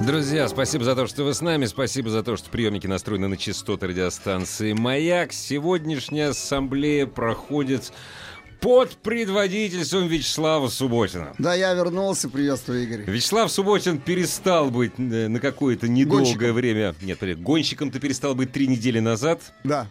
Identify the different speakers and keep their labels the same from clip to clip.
Speaker 1: Друзья, спасибо за то, что вы с нами. Спасибо за то, что приемники настроены на частоты радиостанции «Маяк». Сегодняшняя ассамблея проходит под предводительством Вячеслава Субботина.
Speaker 2: Да, я вернулся, приветствую, Игорь.
Speaker 1: Вячеслав Субботин перестал быть э, на какое-то недолгое
Speaker 2: Гонщиком.
Speaker 1: время... Нет, подожди, гонщиком ты перестал быть три недели назад.
Speaker 2: Да,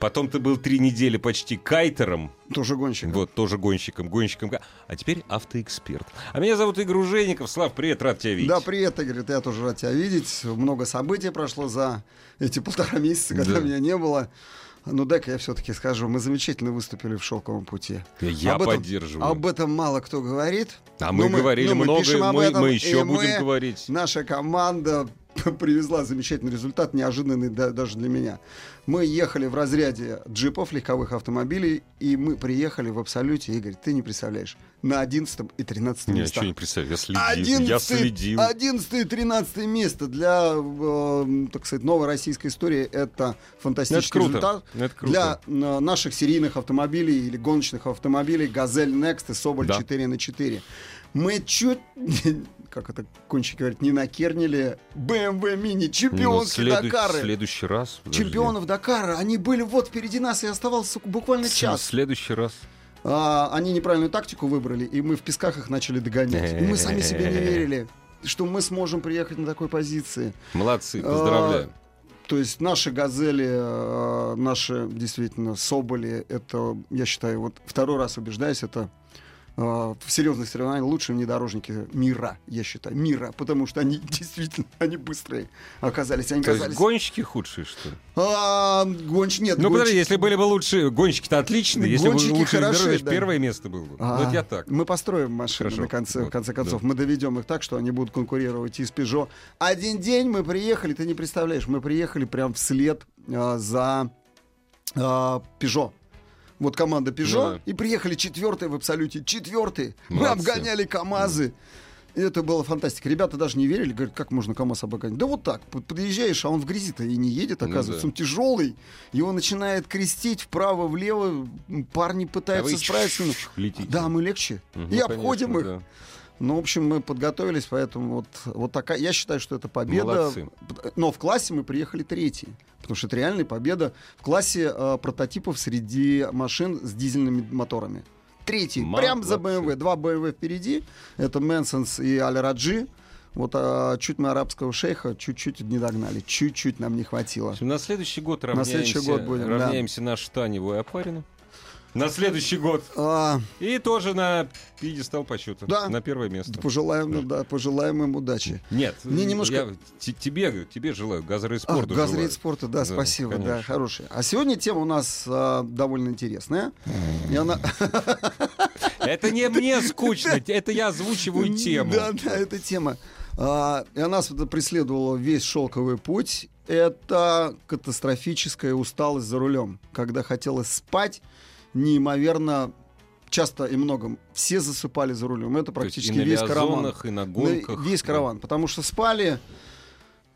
Speaker 1: Потом ты был три недели почти кайтером.
Speaker 2: тоже гонщик.
Speaker 1: Вот, тоже гонщиком, гонщиком. ка- А теперь автоэксперт. А меня зовут Игорь Ужеников. Слав, привет, рад тебя видеть.
Speaker 2: Да, привет, Игорь, я тоже рад тебя видеть. Много событий прошло за эти полтора месяца,
Speaker 1: Да.
Speaker 2: когда меня не было. Ну, дай-ка я все-таки скажу, мы замечательно выступили в «Шелковом пути».
Speaker 1: Я
Speaker 2: Об этом-
Speaker 1: поддерживаю.
Speaker 2: Об этом мало кто говорит. Ну,
Speaker 1: А
Speaker 2: Но
Speaker 1: мы, говорили
Speaker 2: но
Speaker 1: много,
Speaker 2: пишем об
Speaker 1: мы,
Speaker 2: этом,
Speaker 1: мы
Speaker 2: и
Speaker 1: еще
Speaker 2: мы-
Speaker 1: будем говорить.
Speaker 2: Наша команда привезла замечательный результат, неожиданный да- даже для меня. Мы ехали в разряде джипов, легковых автомобилей, и мы приехали в абсолюте, Игорь, ты не представляешь, на 11 и 13
Speaker 1: Я
Speaker 2: местах.
Speaker 1: ничего не представляю, я следил,
Speaker 2: 11,
Speaker 1: я следил.
Speaker 2: 11 и 13 место для, э, так сказать, новой российской истории это фантастический
Speaker 1: Это круто,
Speaker 2: результат.
Speaker 1: это круто.
Speaker 2: Для э, наших серийных автомобилей или гоночных автомобилей Газель Next и Соболь
Speaker 1: Да.
Speaker 2: 4 на 4. Мы чуть как это кончик говорит, не накернили BMW мини,
Speaker 1: Ну,
Speaker 2: чемпионские
Speaker 1: следу-
Speaker 2: Дакары.
Speaker 1: В следующий раз. подожди.
Speaker 2: Чемпионов Дакара, они были вот впереди нас и оставался буквально
Speaker 1: В
Speaker 2: час.
Speaker 1: следующий раз.
Speaker 2: А, они неправильную тактику выбрали, и мы в песках их начали догонять. И мы сами себе не верили, что мы сможем приехать на такой позиции.
Speaker 1: Молодцы,
Speaker 2: А,
Speaker 1: поздравляю.
Speaker 2: То есть наши «Газели», э, наши, действительно, «Соболи», это, я считаю, вот второй раз убеждаюсь, это э, в серьезных соревнованиях лучшие внедорожники мира, я считаю, мира, потому что они действительно, они быстрые оказались, они
Speaker 1: То есть
Speaker 2: оказались...
Speaker 1: гонщики худшие, что ли?
Speaker 2: А, гонщ- нет,
Speaker 1: Ну,
Speaker 2: гонщ-
Speaker 1: подожди, если были бы лучшие, гонщики-то отличные. Если бы
Speaker 2: Гонщики
Speaker 1: лучшие
Speaker 2: хороши,
Speaker 1: здоровье,
Speaker 2: да.
Speaker 1: первое место было бы.
Speaker 2: А,
Speaker 1: Вот я так.
Speaker 2: Мы построим машины
Speaker 1: Хорошо.
Speaker 2: на конце,
Speaker 1: Вот,
Speaker 2: в конце
Speaker 1: да.
Speaker 2: концов. Мы доведем их так, что они будут конкурировать и с Peugeot. Один день мы приехали, ты не представляешь, мы приехали прям вслед а, за а, Peugeot. Вот команда Peugeot.
Speaker 1: Ну да.
Speaker 2: И приехали четвертые в абсолюте. Четвертые. Мы
Speaker 1: Молодцы.
Speaker 2: обгоняли КАМАЗы. И это было фантастика. Ребята даже не верили, говорят, как можно КАМАЗ обогнать. Да вот так, под- подъезжаешь, а он в грязи-то и не едет,
Speaker 1: Ну
Speaker 2: оказывается.
Speaker 1: да.
Speaker 2: Он тяжелый, его начинает крестить вправо-влево, парни
Speaker 1: А
Speaker 2: пытаются
Speaker 1: вы
Speaker 2: справиться. но-
Speaker 1: чш- летите.
Speaker 2: да, мы легче.
Speaker 1: Мгм,
Speaker 2: и обходим
Speaker 1: конечно,
Speaker 2: их.
Speaker 1: да.
Speaker 2: Ну, в общем, мы подготовились, поэтому вот, вот такая. Я считаю, что это победа.
Speaker 1: Молодцы.
Speaker 2: Но в классе мы приехали третьи. Потому что это реальная победа в классе э, прототипов среди машин с дизельными моторами. Третий. Прям за
Speaker 1: Молодцы.
Speaker 2: BMW. Два BMW впереди. Это Мэнсонс и Аль Раджи. Вот а, чуть мы арабского шейха чуть-чуть не догнали. Чуть-чуть нам не
Speaker 1: В
Speaker 2: хватило.
Speaker 1: общем, На следующий год
Speaker 2: На
Speaker 1: равняемся,
Speaker 2: следующий год будем, да.
Speaker 1: равняемся на Штаневу и Опарину. На следующий год.
Speaker 2: А,
Speaker 1: И тоже на пьедестал почета.
Speaker 2: Да.
Speaker 1: На первое место.
Speaker 2: пожелаем, ну да, пожелаем им удачи.
Speaker 1: Нет,
Speaker 2: Мне немножко-
Speaker 1: я т- тебе, говорю, тебе желаю, газры
Speaker 2: А,
Speaker 1: спорта
Speaker 2: «Газрейд
Speaker 1: желаю.
Speaker 2: спорта, да,
Speaker 1: Да,
Speaker 2: спасибо, да,
Speaker 1: конечно.
Speaker 2: хорошая. А сегодня тема у нас а, довольно интересная. И она...
Speaker 1: Это не мне скучно, это я озвучиваю тему.
Speaker 2: Да, да, эта тема. А, и она с- преследовала весь шелковый путь. Это катастрофическая усталость за рулем, когда хотелось спать неимоверно часто и много. Все засыпали за рулем. Это
Speaker 1: То есть
Speaker 2: практически весь
Speaker 1: и на
Speaker 2: караван.
Speaker 1: лиазонах, и на
Speaker 2: Ну, и
Speaker 1: гонках.
Speaker 2: Весь караван, потому что спали,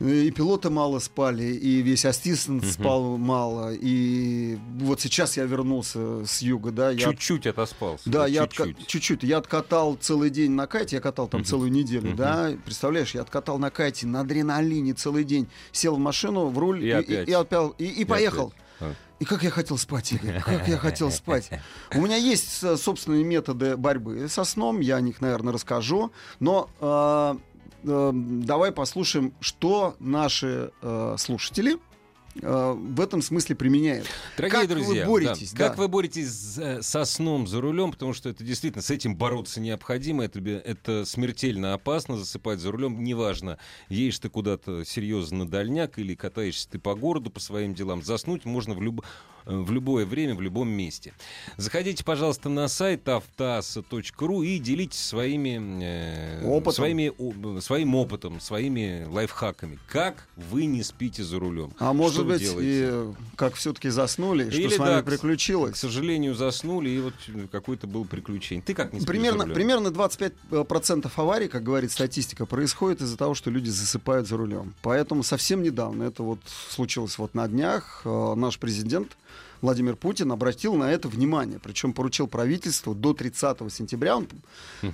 Speaker 2: э, и пилоты мало спали, и весь ассистент
Speaker 1: Мгм.
Speaker 2: спал мало, и вот сейчас я вернулся с юга, да, я...
Speaker 1: Чуть-чуть отоспался.
Speaker 2: Да, я отка-
Speaker 1: чуть-чуть.
Speaker 2: чуть-чуть. Я откатал целый день на кайте, я катал там
Speaker 1: Мгм.
Speaker 2: целую неделю,
Speaker 1: Мгм.
Speaker 2: да. Представляешь, я откатал на кайте на адреналине целый день, сел в машину, в руль
Speaker 1: И
Speaker 2: и, и-
Speaker 1: опять.
Speaker 2: и опять- и- и
Speaker 1: И
Speaker 2: поехал.
Speaker 1: опять. А.
Speaker 2: И как я хотел спать, Игорь, как я хотел спать. У меня есть э, собственные методы борьбы со сном, я о них, наверное, расскажу. Но э, э, давай послушаем, что наши э, слушатели э, в этом смысле применяет.
Speaker 1: Дорогие
Speaker 2: как
Speaker 1: друзья,
Speaker 2: вы боретесь?
Speaker 1: да, как
Speaker 2: да.
Speaker 1: вы боретесь с- э, со сном за рулем, потому что это действительно с этим бороться необходимо, это, бе- это смертельно опасно засыпать за рулем, неважно, едешь ты куда-то серьезно на дальняк или катаешься ты по городу по своим делам, заснуть можно в, люб- э, в любое время, в любом месте. Заходите, пожалуйста, на сайт автоаса.ру и делитесь своими, э,
Speaker 2: Опытом.
Speaker 1: своими о- своим опытом, своими лайфхаками. Как вы не спите за рулем?
Speaker 2: А
Speaker 1: Что
Speaker 2: может
Speaker 1: вы
Speaker 2: быть,
Speaker 1: делаете?
Speaker 2: и э, как все-таки заснули,
Speaker 1: Или
Speaker 2: что с
Speaker 1: да,
Speaker 2: вами
Speaker 1: к- К
Speaker 2: приключилось.
Speaker 1: сожалению, заснули, и вот какое-то было приключение. Ты как не спишь за
Speaker 2: Примерно,
Speaker 1: рулем?
Speaker 2: примерно 25% аварий, как говорит статистика, происходит из-за того, что люди засыпают за рулем. Поэтому совсем недавно, это вот случилось вот на днях, э, наш президент Владимир Путин обратил на это внимание. Причем поручил правительству до 30 сентября он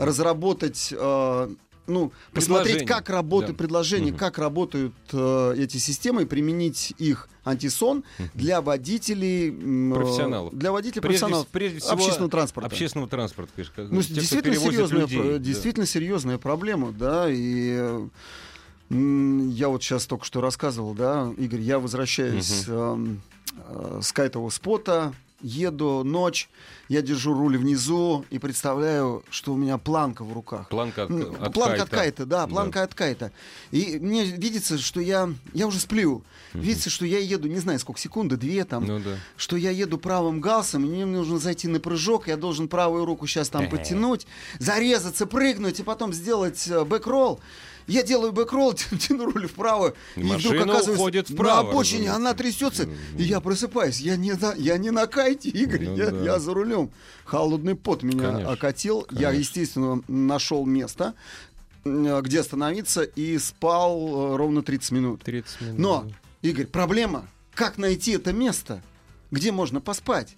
Speaker 2: разработать... э, ну, посмотреть,
Speaker 1: Предложение.
Speaker 2: как работают
Speaker 1: Да.
Speaker 2: предложения,
Speaker 1: Мгм.
Speaker 2: как работают э, эти системы, и применить их антисон для водителей... м, э,
Speaker 1: Профессионалов.
Speaker 2: Для водителей
Speaker 1: Прежде,
Speaker 2: профессионалов
Speaker 1: прежде всего,
Speaker 2: общественного транспорта.
Speaker 1: Общественного транспорта, конечно. как-
Speaker 2: Ну,
Speaker 1: те, кто
Speaker 2: действительно,
Speaker 1: перевозит
Speaker 2: серьезная,
Speaker 1: людей,
Speaker 2: про-
Speaker 1: да.
Speaker 2: действительно серьезная проблема, да, и э, м, я вот сейчас только что рассказывал, да, Игорь, я возвращаюсь эм, э, с кайтового спота, еду ночь, я держу руль внизу и представляю, что у меня планка в руках.
Speaker 1: Планка от,
Speaker 2: М,
Speaker 1: от
Speaker 2: планка
Speaker 1: кайта.
Speaker 2: от кайта, да, планка от кайта. И мне видится, что я, я уже сплю, видится, что я еду, не знаю, сколько секунды, две там,
Speaker 1: Ну да.
Speaker 2: что я еду правым галсом, и мне нужно зайти на прыжок, я должен правую руку сейчас там потянуть, зарезаться, прыгнуть и потом сделать э, бэкролл. Я делаю бэкролл, тя- тяну руль вправо, и вдруг
Speaker 1: Машина
Speaker 2: оказываюсь
Speaker 1: уходит
Speaker 2: на
Speaker 1: вправо,
Speaker 2: обочине,
Speaker 1: разумеется.
Speaker 2: она трясется, и я просыпаюсь. Я не, на- я не на кайте, Игорь,
Speaker 1: Ну
Speaker 2: я,
Speaker 1: да.
Speaker 2: я за рулем. Холодный пот меня
Speaker 1: Конечно,
Speaker 2: окатил. Я,
Speaker 1: конечно.
Speaker 2: естественно, нашел место, э, где остановиться, и спал э, ровно 30 минут.
Speaker 1: 30 минут.
Speaker 2: Но, Игорь, проблема, как найти это место, где можно поспать?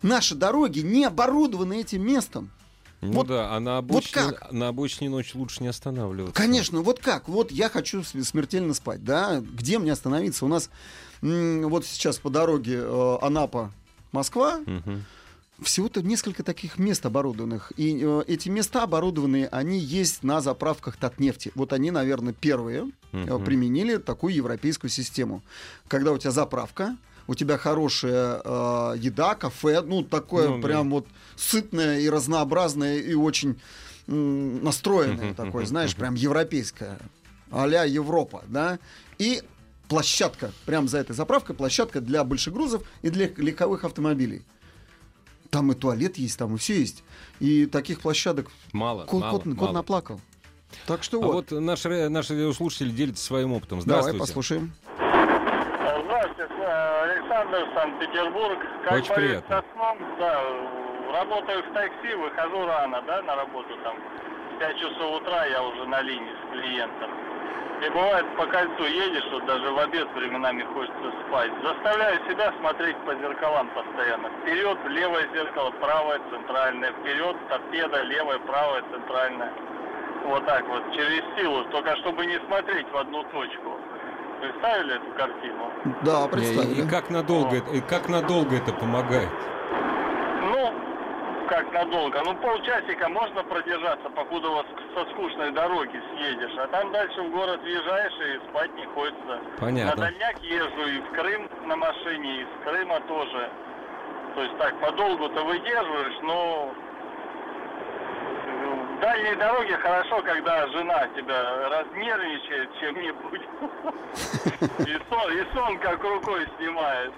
Speaker 2: Наши дороги не оборудованы этим местом.
Speaker 1: Ну
Speaker 2: вот-
Speaker 1: да, а на обочине,
Speaker 2: как?
Speaker 1: на обочине ночь лучше не останавливаться.
Speaker 2: Конечно, вот как? Вот я хочу см- смертельно спать, да? Где мне остановиться? У нас м, вот сейчас по дороге э, Анапа, Москва,
Speaker 1: Мгм.
Speaker 2: всего-то несколько таких мест оборудованных. И э, эти места оборудованные, они есть на заправках Татнефти. Вот они, наверное, первые э,
Speaker 1: Мгм.
Speaker 2: применили такую европейскую систему. Когда у тебя заправка, у тебя хорошая э, еда, кафе, ну, такое
Speaker 1: Ну, да.
Speaker 2: прям вот сытное и разнообразное, и очень м, настроенное
Speaker 1: Мгм,
Speaker 2: такое,
Speaker 1: мгм,
Speaker 2: знаешь, прям европейское, а-ля Европа, да, и площадка, прям за этой заправкой площадка для большегрузов и для легковых автомобилей. Там и туалет есть, там и все есть. И таких площадок
Speaker 1: Мало,
Speaker 2: кот,
Speaker 1: мало,
Speaker 2: кот- кот
Speaker 1: мало.
Speaker 2: наплакал. Так что
Speaker 1: А
Speaker 2: вот,
Speaker 1: вот наш, ре- наш радиослушатель делится своим опытом.
Speaker 2: давай
Speaker 1: Здравствуйте.
Speaker 2: послушаем.
Speaker 3: Здравствуйте, э, Александр, Санкт-Петербург. Как
Speaker 1: Очень
Speaker 3: болеет
Speaker 1: приятно.
Speaker 3: со сном, да, работаю в такси, выхожу рано, да, на работу там. В 5 часов утра я уже на линии с клиентом. И бывает, по кольцу едешь, вот даже в обед временами хочется спать. Заставляю себя смотреть по зеркалам постоянно. Вперед, в левое зеркало, правое, центральное. Вперед, торпеда, левое, правое, центральное. Вот так вот, через силу, только чтобы не смотреть в одну точку. Представили эту картину?
Speaker 2: Да,
Speaker 1: Э, И,
Speaker 2: представили.
Speaker 1: и как надолго, это- и как надолго это помогает?
Speaker 3: Ну, как надолго? Ну, полчасика можно продержаться, покуда у вас со скучной дороги съедешь. А там дальше в город въезжаешь и спать не хочется. На
Speaker 1: Понятно.
Speaker 3: дальняк езжу и в Крым на машине, и с Крыма тоже. То есть так, подолгу-то выдерживаешь, но э, в дальней дороге хорошо, когда жена тебя разнервничает чем-нибудь. И сон, и сон как рукой снимает.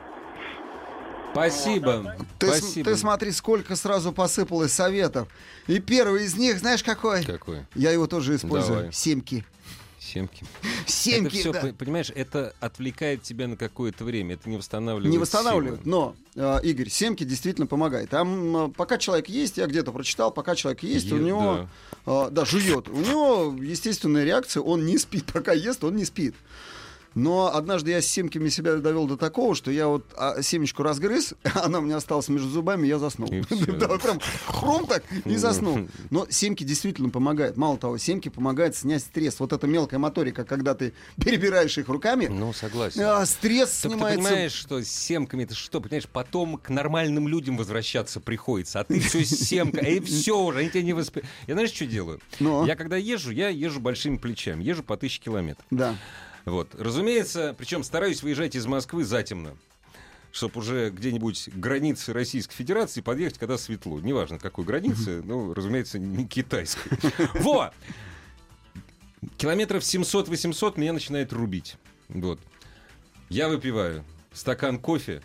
Speaker 1: Спасибо.
Speaker 2: Ты, с-
Speaker 1: Спасибо.
Speaker 2: ты смотри, сколько сразу посыпалось советов. И первый из них, знаешь, какой?
Speaker 1: Какой?
Speaker 2: Я его тоже использую.
Speaker 1: Давай.
Speaker 2: Семки.
Speaker 1: Семки. Это
Speaker 2: Семки,
Speaker 1: все,
Speaker 2: да.
Speaker 1: понимаешь, это отвлекает тебя на какое-то время, это не восстанавливает.
Speaker 2: Не восстанавливают,
Speaker 1: силы.
Speaker 2: но, э, Игорь, семки действительно помогает. Там, э, пока человек есть, я где-то прочитал, пока человек есть, у
Speaker 1: Е-
Speaker 2: него, э, да, жует, у него естественная реакция, он не спит, пока ест, он не спит. Но однажды я с семками себя довел до такого, что я вот а, семечку разгрыз, она у меня осталась между зубами, я заснул.
Speaker 1: И всё,
Speaker 2: Да,
Speaker 1: да.
Speaker 2: Прям хром так и заснул. Но семки действительно помогают. Мало того, семки помогают снять стресс. Вот эта мелкая моторика, когда ты перебираешь их руками,
Speaker 1: Ну, согласен.
Speaker 2: э, стресс
Speaker 1: Только ты
Speaker 2: снимается
Speaker 1: понимаешь, что с семками это что, понимаешь, потом к нормальным людям возвращаться приходится, а ты все семка, и все уже, они тебя не воспри... Я знаешь, что делаю?
Speaker 2: Ну?
Speaker 1: Я когда езжу, я езжу большими плечами, езжу по тысяче километров.
Speaker 2: Да.
Speaker 1: Вот. Разумеется, причем стараюсь выезжать из Москвы затемно чтобы уже где-нибудь границы Российской Федерации подъехать, когда светло. Неважно, какой границы, ну, разумеется, не китайской. Во! Километров 700-800 меня начинает рубить. Вот. Я выпиваю стакан кофе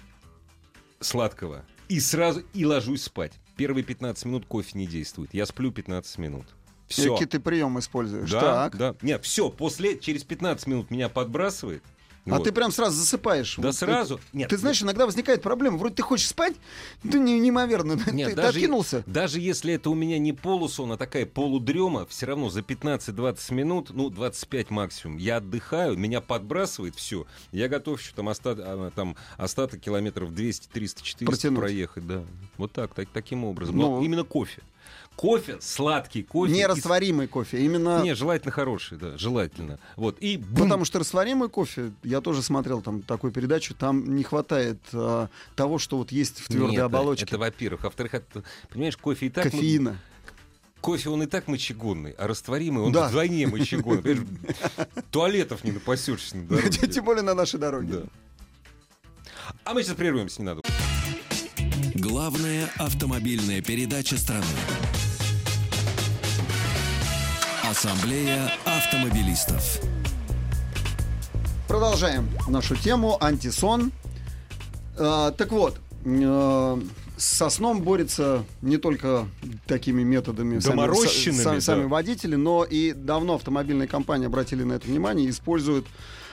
Speaker 1: сладкого и сразу и ложусь спать. Первые 15 минут кофе не действует. Я сплю 15 минут. Все.
Speaker 2: Какие ты приемы используешь?
Speaker 1: Да,
Speaker 2: так.
Speaker 1: да. Нет, все, после, через 15 минут меня подбрасывает.
Speaker 2: А
Speaker 1: Вот.
Speaker 2: ты прям сразу засыпаешь.
Speaker 1: Да
Speaker 2: Вот
Speaker 1: сразу.
Speaker 2: Ты,
Speaker 1: Нет,
Speaker 2: ты знаешь, иногда возникает проблема. Вроде ты хочешь спать, ты не, неимоверно.
Speaker 1: Нет,
Speaker 2: ты, ты
Speaker 1: даже,
Speaker 2: откинулся.
Speaker 1: даже если это у меня не полусон, а такая полудрема, все равно за 15-20 минут, ну, 25 максимум, я отдыхаю, меня подбрасывает все. Я готов еще там, оста- а, там остаток километров 200, 300, 400
Speaker 2: Протянуть.
Speaker 1: проехать. Да. Вот так, так, таким образом.
Speaker 2: Ну.
Speaker 1: Но именно кофе. Кофе, сладкий кофе. и-
Speaker 2: Нерастворимый кофе. Именно
Speaker 1: Не, желательно хороший, да, желательно. Вот, и бум!
Speaker 2: Потому что растворимый кофе, я тоже смотрел там такую передачу, там не хватает а, того, что вот есть в твердой
Speaker 1: Нет, да,
Speaker 2: оболочке.
Speaker 1: Это во-первых. А во-вторых, это- понимаешь, кофе и так... мы-
Speaker 2: кофеина.
Speaker 1: Кофе, он и так мочегонный, а растворимый, он
Speaker 2: Да.
Speaker 1: вдвойне мочегонный. Понимаешь, Туалетов не напасешься на дороге.
Speaker 2: Тем более на нашей дороге.
Speaker 1: Да. А мы сейчас прервемся, не надо.
Speaker 4: Главная автомобильная передача страны. Ассамблея автомобилистов.
Speaker 2: Продолжаем нашу тему антисон. Э, так вот, э, со сном борются не только такими методами сами-
Speaker 1: Доморощенными,
Speaker 2: са- сами,
Speaker 1: да.
Speaker 2: сами водители, но и давно автомобильные компании обратили на это внимание и используют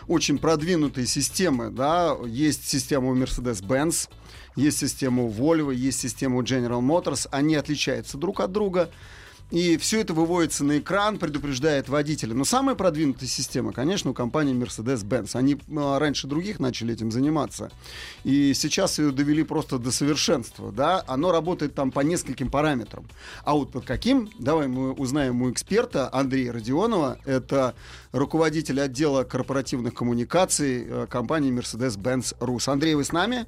Speaker 2: очень продвинутые системы. Да? Есть система у Mercedes-Benz, есть система у Volvo, есть система у General Motors. Они отличаются друг от друга. И все это выводится на экран, предупреждает водителя. Но самая продвинутая система, конечно, у компании Mercedes-Benz. Они а, раньше других начали этим заниматься. И сейчас ее довели просто до совершенства. Да? Оно работает там по нескольким параметрам. А вот под каким, давай мы узнаем у эксперта Андрея Родионова. Это руководитель отдела корпоративных коммуникаций э, компании Mercedes-Benz Rus. Андрей, вы с нами?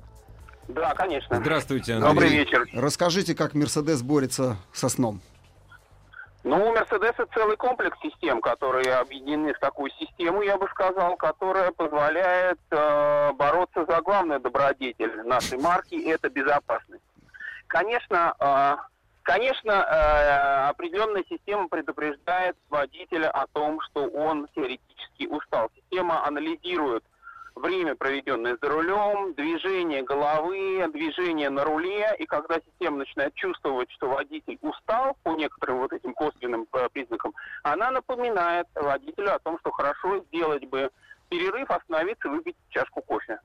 Speaker 3: Да, конечно.
Speaker 1: Здравствуйте, Андрей.
Speaker 3: Добрый вечер.
Speaker 2: Расскажите, как Mercedes борется со сном.
Speaker 3: Ну, у Мерседеса целый комплекс систем, которые объединены в такую систему, я бы сказал, которая позволяет э, бороться за главную добродетель нашей марки – это безопасность. Конечно, э, конечно, э, определенная система предупреждает водителя о том, что он теоретически устал. Система анализирует время, проведенное за рулем, движение головы, движение на руле, и когда система начинает чувствовать, что водитель устал по некоторым вот этим косвенным э, признакам, она напоминает водителю о том, что хорошо сделать бы перерыв, остановиться, выпить чашку кофе.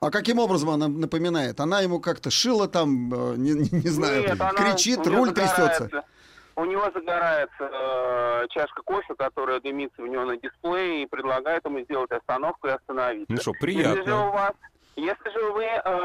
Speaker 2: А каким образом она напоминает? Она ему как-то шила там, э, не, не- не знаю,
Speaker 3: Нет, она- у
Speaker 2: кричит,
Speaker 3: неё
Speaker 2: руль трясется.
Speaker 3: загорается- У него загорается э, чашка кофе, которая дымится у него на дисплее, и предлагает ему сделать остановку и остановиться.
Speaker 1: Ну что,
Speaker 3: Если же
Speaker 1: приятно.
Speaker 3: у вас, если же вы э,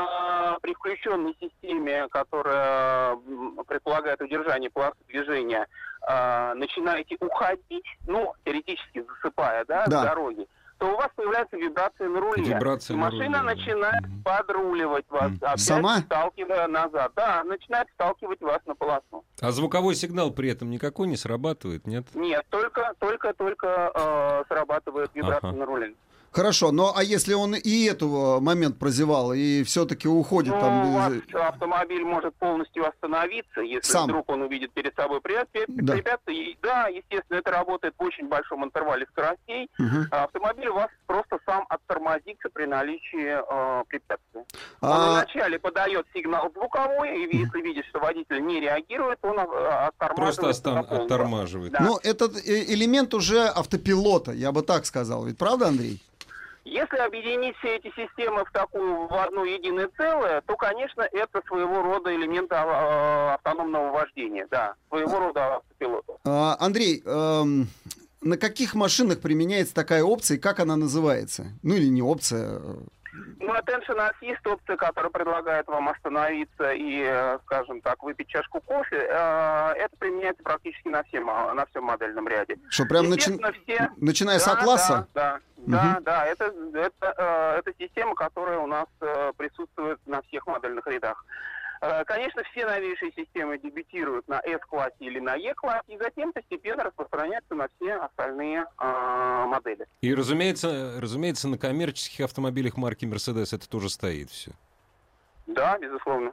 Speaker 3: при включенной системе, которая м, предполагает удержание полосы движения, э, начинаете уходить, ну, теоретически засыпая, да,
Speaker 2: Да.
Speaker 3: с дороги, то у вас появляются вибрации на руле.
Speaker 1: Вибрации
Speaker 3: И
Speaker 1: на
Speaker 3: машина
Speaker 1: руле, да.
Speaker 3: начинает
Speaker 1: Мгм.
Speaker 3: подруливать вас,
Speaker 1: Мгм.
Speaker 3: опять
Speaker 2: Сама?
Speaker 3: сталкивая назад. Да, начинает сталкивать вас на полосу.
Speaker 1: А звуковой сигнал при этом никакой не срабатывает, нет?
Speaker 3: Нет, только, только, только э, срабатывает вибрация
Speaker 1: Ага.
Speaker 3: на руле.
Speaker 2: Хорошо, но а если он и этого момент прозевал, и все-таки уходит
Speaker 3: Ну,
Speaker 2: там...
Speaker 3: у вас
Speaker 2: э,
Speaker 3: автомобиль может полностью остановиться, если
Speaker 2: Сам.
Speaker 3: вдруг он увидит перед собой препятствие.
Speaker 2: Да.
Speaker 3: препятствие. И да, естественно, это работает в очень большом интервале скоростей.
Speaker 2: мгм.
Speaker 3: А Автомобиль у вас просто сам оттормозится при наличии э, препятствия. Он
Speaker 2: А,
Speaker 3: вначале подает сигнал звуковой, и если видит, что водитель не реагирует, он э,
Speaker 1: Просто
Speaker 3: оттормаживается
Speaker 1: остан-
Speaker 3: на полную.
Speaker 1: оттормаживает.
Speaker 3: Да.
Speaker 2: ну, этот э, элемент уже автопилота, я бы так сказал. Ведь правда, Андрей?
Speaker 3: Если объединить все эти системы в такую в одно единое целое, то, конечно, это своего рода элемент а, э, автономного вождения, да, своего рода автопилота.
Speaker 2: А, Андрей, эм, на каких машинах применяется такая опция и как она называется? Ну или не опция? э,
Speaker 3: Ну, attention assist опция, которая предлагает вам остановиться и, э, скажем так, выпить чашку кофе, э, это применяется практически на всем а, на всем модельном ряде.
Speaker 2: Что прям начи-
Speaker 3: Естественно, все-
Speaker 2: начиная с
Speaker 3: Да,
Speaker 2: А-класса?
Speaker 3: Да, да, да, да, это, это, э, это система, которая у нас э, присутствует на всех модельных рядах.
Speaker 5: Э, Конечно, все новейшие системы дебютируют на S-классе или на E-классе, и затем постепенно распространяются на все остальные э, модели.
Speaker 1: И, разумеется, разумеется, на коммерческих автомобилях марки Mercedes это тоже стоит все.
Speaker 5: Да, безусловно.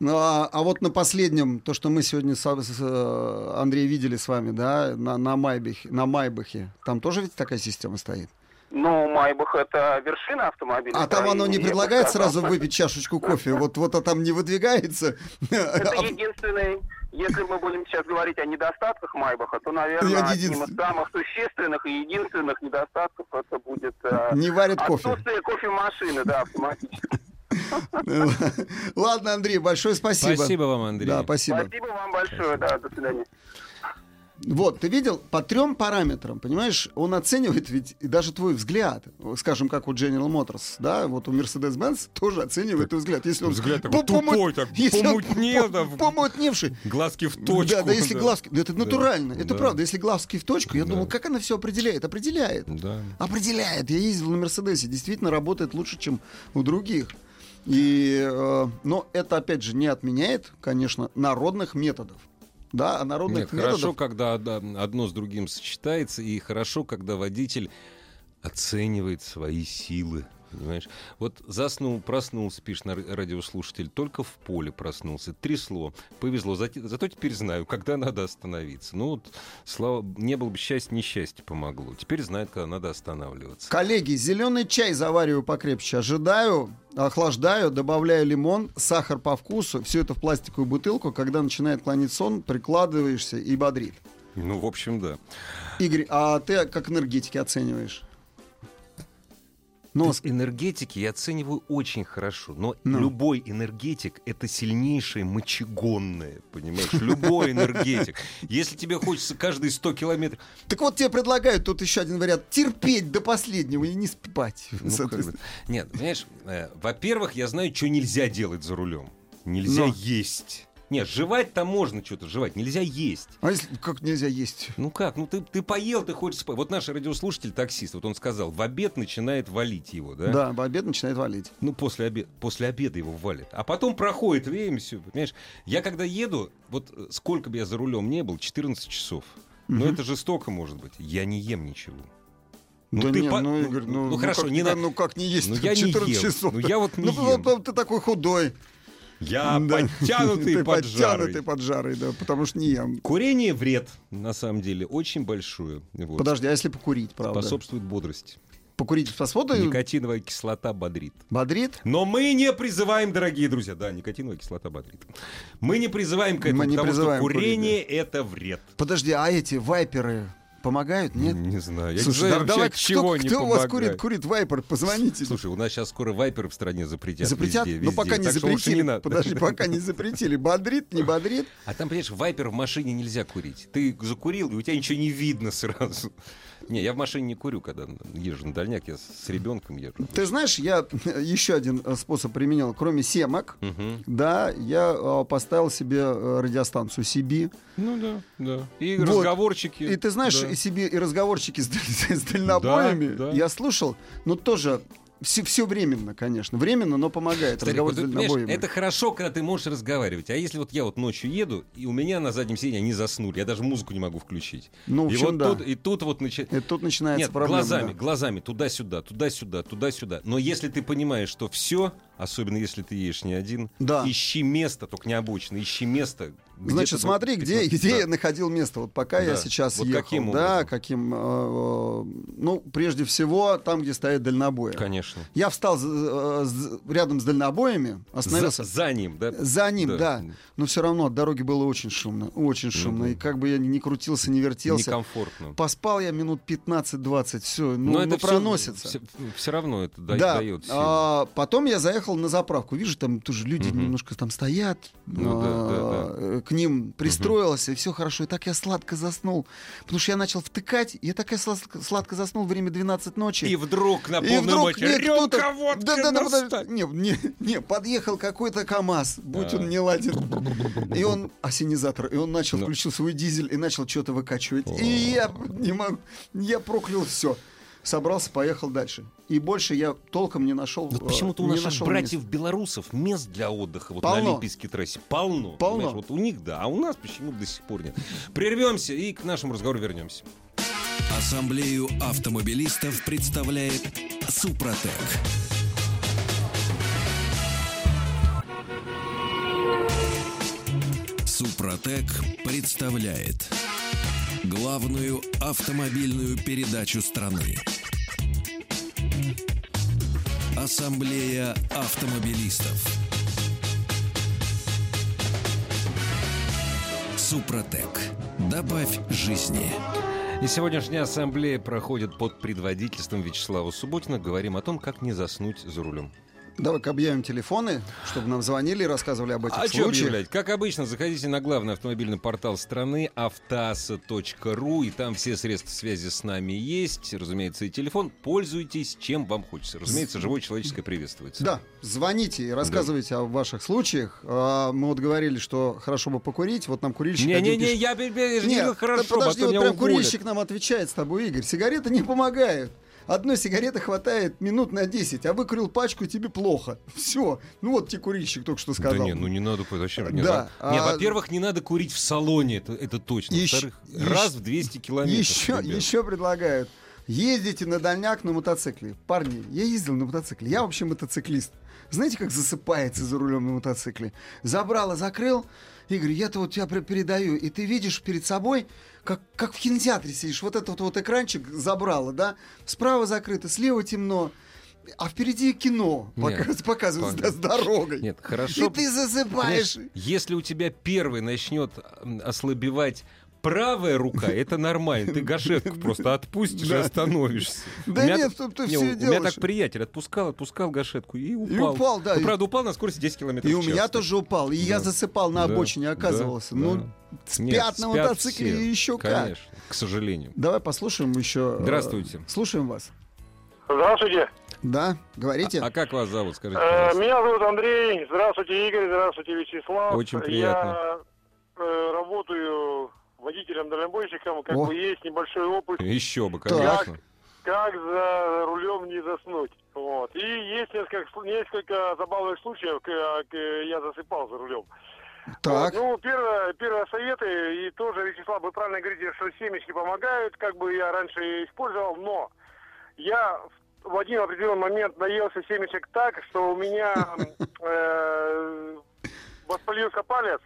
Speaker 2: Ну, а, а вот на последнем, то, что мы сегодня с, с, э, Андрей видели с вами, да, на, на, Майбахе, на Майбахе, там тоже ведь такая система стоит.
Speaker 5: Но Майбах это вершина автомобиля.
Speaker 2: А там оно не
Speaker 5: Я бы
Speaker 2: предлагает
Speaker 5: сказал.
Speaker 2: сразу выпить чашечку кофе, вот, вот а там не выдвигается.
Speaker 5: Это
Speaker 2: А,
Speaker 5: единственный, если мы будем сейчас говорить о недостатках Майбаха, то,
Speaker 2: Я
Speaker 5: наверное, одним
Speaker 2: единственный.
Speaker 5: из самых существенных и единственных недостатков это будет э,
Speaker 2: Не А варят кофе.
Speaker 5: отсутствие кофемашины, да, автоматически.
Speaker 2: Ладно, Андрей, большое спасибо.
Speaker 1: Спасибо вам, Андрей.
Speaker 2: Да, спасибо.
Speaker 5: Спасибо вам большое, да, до свидания.
Speaker 2: Вот, ты видел, по трем параметрам, понимаешь, он оценивает ведь и даже твой взгляд, скажем, как у General Motors, да, вот у Mercedes-Benz тоже оценивает твой взгляд. Если он
Speaker 1: взгляд такой
Speaker 2: помут-
Speaker 1: тупой, так,
Speaker 2: если он
Speaker 1: помутнел,
Speaker 2: пом-
Speaker 1: да, в-
Speaker 2: помутневший.
Speaker 1: Глазки в
Speaker 2: Да, да, если глазки, да, это натурально, это
Speaker 1: Да.
Speaker 2: правда, если глазки в точку, я
Speaker 1: Да.
Speaker 2: думал, как она все определяет, определяет.
Speaker 1: Да.
Speaker 2: Определяет. Я ездил на Мерседесе, действительно работает лучше, чем у других. И, э, но это, опять же, не отменяет, конечно, народных методов. Да, а народных
Speaker 1: Нет,
Speaker 2: методов...
Speaker 1: хорошо, когда од- одно с другим сочетается, и хорошо, когда водитель оценивает свои силы. Понимаешь? Вот заснул, проснулся, пишет на радиослушатель, только в поле проснулся, трясло, повезло, зате- зато теперь знаю, когда надо остановиться. Ну вот, слава, не было бы счастья, несчастье помогло. Теперь знает, когда надо останавливаться.
Speaker 2: Коллеги, зеленый чай завариваю покрепче. Ожидаю, охлаждаю, добавляю лимон, сахар по вкусу. Все это в пластиковую бутылку. Когда начинает клонить сон, прикладываешься и бодрит.
Speaker 1: Ну, в общем, да.
Speaker 2: Игорь, а ты как энергетики оцениваешь? Ну,
Speaker 1: Ты энергетики я оцениваю очень хорошо, но
Speaker 2: Ну.
Speaker 1: любой энергетик это сильнейшее мочегонное, понимаешь? Любой энергетик. Если тебе хочется каждые 100 километров...
Speaker 2: так вот тебе предлагают тут еще один вариант. Терпеть до последнего и не спать.
Speaker 1: ну, как бы-
Speaker 2: Соответственно.
Speaker 1: Нет, понимаешь, э, во-первых, я знаю, что нельзя делать за рулем. Нельзя
Speaker 2: Но.
Speaker 1: есть. Нет, жевать-то можно что-то жевать, нельзя есть.
Speaker 2: А если как нельзя есть?
Speaker 1: Ну как? Ну ты, ты поел, ты хочешь спать. Вот наш радиослушатель, таксист, вот он сказал, в обед начинает валить его, да?
Speaker 2: Да, в обед начинает валить.
Speaker 1: Ну, после, обе- после обеда его валит. А потом проходит время, все, понимаешь? Я когда еду, вот э, сколько бы я за рулем не был, 14 часов. Но
Speaker 2: Мгм.
Speaker 1: это жестоко, может быть. Я не ем ничего.
Speaker 2: да
Speaker 1: ты
Speaker 2: не,
Speaker 1: по-
Speaker 2: ну, Игорь, ну, ну,
Speaker 1: хорошо,
Speaker 2: как,
Speaker 1: не
Speaker 2: ну,
Speaker 1: на-
Speaker 2: как не есть
Speaker 1: Ну,
Speaker 2: тут
Speaker 1: я не
Speaker 2: 14
Speaker 1: ем.
Speaker 2: часов?
Speaker 1: Ну, я вот не
Speaker 2: Ну,
Speaker 1: ем.
Speaker 2: потом ты такой худой.
Speaker 1: Я
Speaker 2: Да.
Speaker 1: подтянутый
Speaker 2: Ты
Speaker 1: под
Speaker 2: подтянутый
Speaker 1: жарой.
Speaker 2: под жарой, да, потому что не ем.
Speaker 1: Курение вред, на самом деле, очень большое. Вот.
Speaker 2: Подожди, а если покурить, правда?
Speaker 1: Способствует бодрости.
Speaker 2: Покурить способствует?
Speaker 1: Никотиновая кислота бодрит.
Speaker 2: Бодрит?
Speaker 1: Но мы не призываем, дорогие друзья, да, никотиновая кислота бодрит. Мы не призываем к этому,
Speaker 2: Мы не
Speaker 1: потому
Speaker 2: призываем
Speaker 1: что
Speaker 2: курить,
Speaker 1: курение это вред.
Speaker 2: Подожди, а эти вайперы помогают, нет?
Speaker 1: Не знаю. Я
Speaker 2: Слушай,
Speaker 1: не
Speaker 2: да-
Speaker 1: знаю, вообще,
Speaker 2: давай,
Speaker 1: от чего
Speaker 2: кто,
Speaker 1: не
Speaker 2: кто у вас
Speaker 1: помогает.
Speaker 2: курит, курит вайпер, позвоните.
Speaker 1: Слушай, у нас сейчас скоро вайперы в стране запретят.
Speaker 2: запретят?
Speaker 1: везде,
Speaker 2: но
Speaker 1: везде.
Speaker 2: пока не
Speaker 1: Так что лучше
Speaker 2: запретили.
Speaker 1: не надо.
Speaker 2: Подожди, пока не запретили. Бодрит, не бодрит?
Speaker 1: А там, понимаешь, вайпер в машине нельзя курить. Ты закурил, и у тебя ничего не видно сразу. Не, я в машине не курю, когда езжу на дальняк, я с ребенком езжу.
Speaker 2: Ты знаешь, я еще один э, способ применил. Кроме семок,
Speaker 1: Мгм.
Speaker 2: да, я э, поставил себе э, радиостанцию CB.
Speaker 1: Ну да, да. И
Speaker 2: Вот.
Speaker 1: разговорчики.
Speaker 2: И ты знаешь,
Speaker 1: да.
Speaker 2: и себе и разговорчики с, даль- с дальнобоями
Speaker 1: Да, да.
Speaker 2: я слушал, но тоже все, временно, конечно. Временно, но помогает.
Speaker 1: Смотри, вот
Speaker 2: Разговор с
Speaker 1: ты понимаешь,
Speaker 2: дальнобоями.
Speaker 1: это хорошо, когда ты можешь разговаривать. А если вот я вот ночью еду, и у меня на заднем сиденье они заснули, я даже музыку не могу включить.
Speaker 2: Ну, в
Speaker 1: и,
Speaker 2: общем,
Speaker 1: вот
Speaker 2: да.
Speaker 1: тут, и тут вот начи-
Speaker 2: И тут начинается
Speaker 1: Нет,
Speaker 2: проблема.
Speaker 1: глазами,
Speaker 2: да.
Speaker 1: глазами, туда-сюда, туда-сюда, туда-сюда. Но если ты понимаешь, что все, особенно если ты едешь не один,
Speaker 2: Да.
Speaker 1: ищи место, только не обочина, ищи место. где
Speaker 2: Значит,
Speaker 1: ты
Speaker 2: смотри,
Speaker 1: был
Speaker 2: где,
Speaker 1: 15,
Speaker 2: где
Speaker 1: да.
Speaker 2: я находил место. Вот пока я
Speaker 1: Да.
Speaker 2: сейчас
Speaker 1: Вот
Speaker 2: ехал.
Speaker 1: каким
Speaker 2: да,
Speaker 1: образом?
Speaker 2: каким. э, э, ну, прежде всего, там, где стоят дальнобои.
Speaker 1: Конечно.
Speaker 2: Я встал за- э, за- рядом с дальнобоями, остановился.
Speaker 1: За, за ним, да?
Speaker 2: За ним, да.
Speaker 1: Да.
Speaker 2: Но все равно от дороги было очень шумно. Очень шумно.
Speaker 1: да.
Speaker 2: И как бы я ни крутился, не вертелся.
Speaker 1: Некомфортно.
Speaker 2: Поспал я минут 15-20, все, ну,
Speaker 1: Но
Speaker 2: ну, проносится.
Speaker 1: Все, равно это да-
Speaker 2: да.
Speaker 1: дает силы.
Speaker 2: А, потом я заехал на заправку. Вижу, там тоже люди
Speaker 1: Мгм.
Speaker 2: немножко там стоят.
Speaker 1: Ну
Speaker 2: а, э, К ним пристроился, и все хорошо. И так я сладко заснул. Потому что я начал втыкать. Я так я сладко, сладко заснул. Время 12 ночи.
Speaker 1: И вдруг на
Speaker 2: И
Speaker 1: полную
Speaker 2: вдруг
Speaker 1: мощь
Speaker 2: мне кто-то-
Speaker 1: рюмка водки
Speaker 2: Да, да, да,
Speaker 1: достань.
Speaker 2: подожди. не, не, не, подъехал какой-то КАМАЗ, будь
Speaker 1: А.
Speaker 2: он не ладен. И он ассенизатор, и он начал,
Speaker 1: Ну.
Speaker 2: включил свой дизель и начал что-то выкачивать. И я не могу, я проклял все. собрался, поехал дальше. И больше я толком не нашел.
Speaker 1: Вот
Speaker 2: э,
Speaker 1: почему-то у
Speaker 2: не
Speaker 1: наших
Speaker 2: нашел
Speaker 1: братьев-белорусов мест для отдыха вот на
Speaker 2: Полно.
Speaker 1: Олимпийской трассе полно.
Speaker 2: Полно.
Speaker 1: понимаешь? Вот у них да, а у нас почему-то до сих пор нет. Прервемся и к нашему разговору вернемся.
Speaker 4: Ассамблею автомобилистов представляет Супротек. Супротек представляет главную автомобильную передачу страны. Ассамблея автомобилистов. Супротек. Добавь жизни.
Speaker 1: И сегодняшняя ассамблея проходит под предводительством Вячеслава Субботина. Говорим о том, как не заснуть за рулем.
Speaker 2: мест. Давай-ка объявим телефоны, чтобы нам звонили и рассказывали об этих
Speaker 1: А что
Speaker 2: случаях.
Speaker 1: объявлять? Как обычно, заходите на главный автомобильный портал страны автоаса.ру, и там все средства связи с нами есть, разумеется, и телефон. Пользуйтесь, чем вам хочется. Разумеется, живое человеческое приветствуется.
Speaker 2: Да, звоните и рассказывайте о ваших случаях. А, мы вот говорили, что хорошо бы покурить. Вот нам курильщик один
Speaker 1: Не-не-не,
Speaker 2: пишет. «А
Speaker 1: я бе- бе-
Speaker 2: Не,
Speaker 1: не
Speaker 2: да
Speaker 1: хорошо,
Speaker 2: ну, подожди,
Speaker 1: потом
Speaker 2: вот
Speaker 1: меня
Speaker 2: прям
Speaker 1: уволят.
Speaker 2: курильщик нам отвечает с тобой, Игорь. Сигареты не помогают. Одной сигареты хватает минут на 10, а выкурил пачку, тебе плохо. Все. Ну вот тебе курильщик только что сказал.
Speaker 1: Да не, ну не надо, курить, зачем? Не,
Speaker 2: Да,
Speaker 1: за- не,
Speaker 2: а-
Speaker 1: во-первых, не надо курить в салоне, это, это точно.
Speaker 2: Ещё-
Speaker 1: Во-вторых,
Speaker 2: ещё-
Speaker 1: раз в 200 километров.
Speaker 2: Еще,
Speaker 1: ребят.
Speaker 2: еще предлагают. Ездите на дальняк на мотоцикле. Парни, я ездил на мотоцикле. Я вообще мотоциклист. Знаете, как засыпается за рулем на мотоцикле? Забрал и закрыл. Игорь, я-то вот тебя пре- передаю. И ты видишь перед собой, как, как в кинотеатре сидишь. Вот этот вот экранчик забрало, да? Справа закрыто, слева темно. А впереди кино
Speaker 1: Нет,
Speaker 2: показ- показывают
Speaker 1: понятно.
Speaker 2: с дорогой.
Speaker 1: Нет, хорошо.
Speaker 2: И ты засыпаешь.
Speaker 1: Понимаешь, если у тебя первый начнет м, ослабевать правая рука, это нормально. Ты гашетку просто отпустишь и
Speaker 2: Да.
Speaker 1: остановишься.
Speaker 2: Да
Speaker 1: У меня
Speaker 2: нет,
Speaker 1: так-
Speaker 2: ты- ты
Speaker 1: не,
Speaker 2: всё
Speaker 1: У меня
Speaker 2: делаешь.
Speaker 1: так приятель отпускал, отпускал гашетку и упал.
Speaker 2: упал, да,
Speaker 1: Ну,
Speaker 2: и-
Speaker 1: правда, упал на скорости 10 километров
Speaker 2: И
Speaker 1: в
Speaker 2: у
Speaker 1: час.
Speaker 2: меня тоже упал. И я
Speaker 1: Да.
Speaker 2: засыпал на
Speaker 1: Да,
Speaker 2: обочине,
Speaker 1: да,
Speaker 2: оказывался.
Speaker 1: да.
Speaker 2: Ну, спят
Speaker 1: Нет,
Speaker 2: на
Speaker 1: спят
Speaker 2: мотоцикле
Speaker 1: все,
Speaker 2: еще как.
Speaker 1: Конечно, к сожалению.
Speaker 2: Давай послушаем еще. э,
Speaker 1: Здравствуйте.
Speaker 2: Слушаем вас.
Speaker 3: Здравствуйте.
Speaker 2: Да, говорите.
Speaker 1: А как вас зовут, скажите,
Speaker 3: Э,
Speaker 1: пожалуйста?
Speaker 3: Меня зовут Андрей. Здравствуйте, Игорь. Здравствуйте, Вячеслав.
Speaker 1: Очень приятно.
Speaker 3: Я э, работаю водителем-дальнобойщиком. Как
Speaker 2: О.
Speaker 3: бы есть небольшой опыт,
Speaker 1: Еще бы,
Speaker 2: Так.
Speaker 1: конечно.
Speaker 3: как за рулем не заснуть. Вот. И есть несколько, сл- несколько забавных случаев, как э, я засыпал за рулем.
Speaker 2: так.
Speaker 3: Вот, ну, первое, первые советы, и тоже, Вячеслав, вы правильно говорите, что семечки помогают, как бы я раньше использовал, но я в- в один определенный момент наелся семечек так, что у меня э, воспалился палец,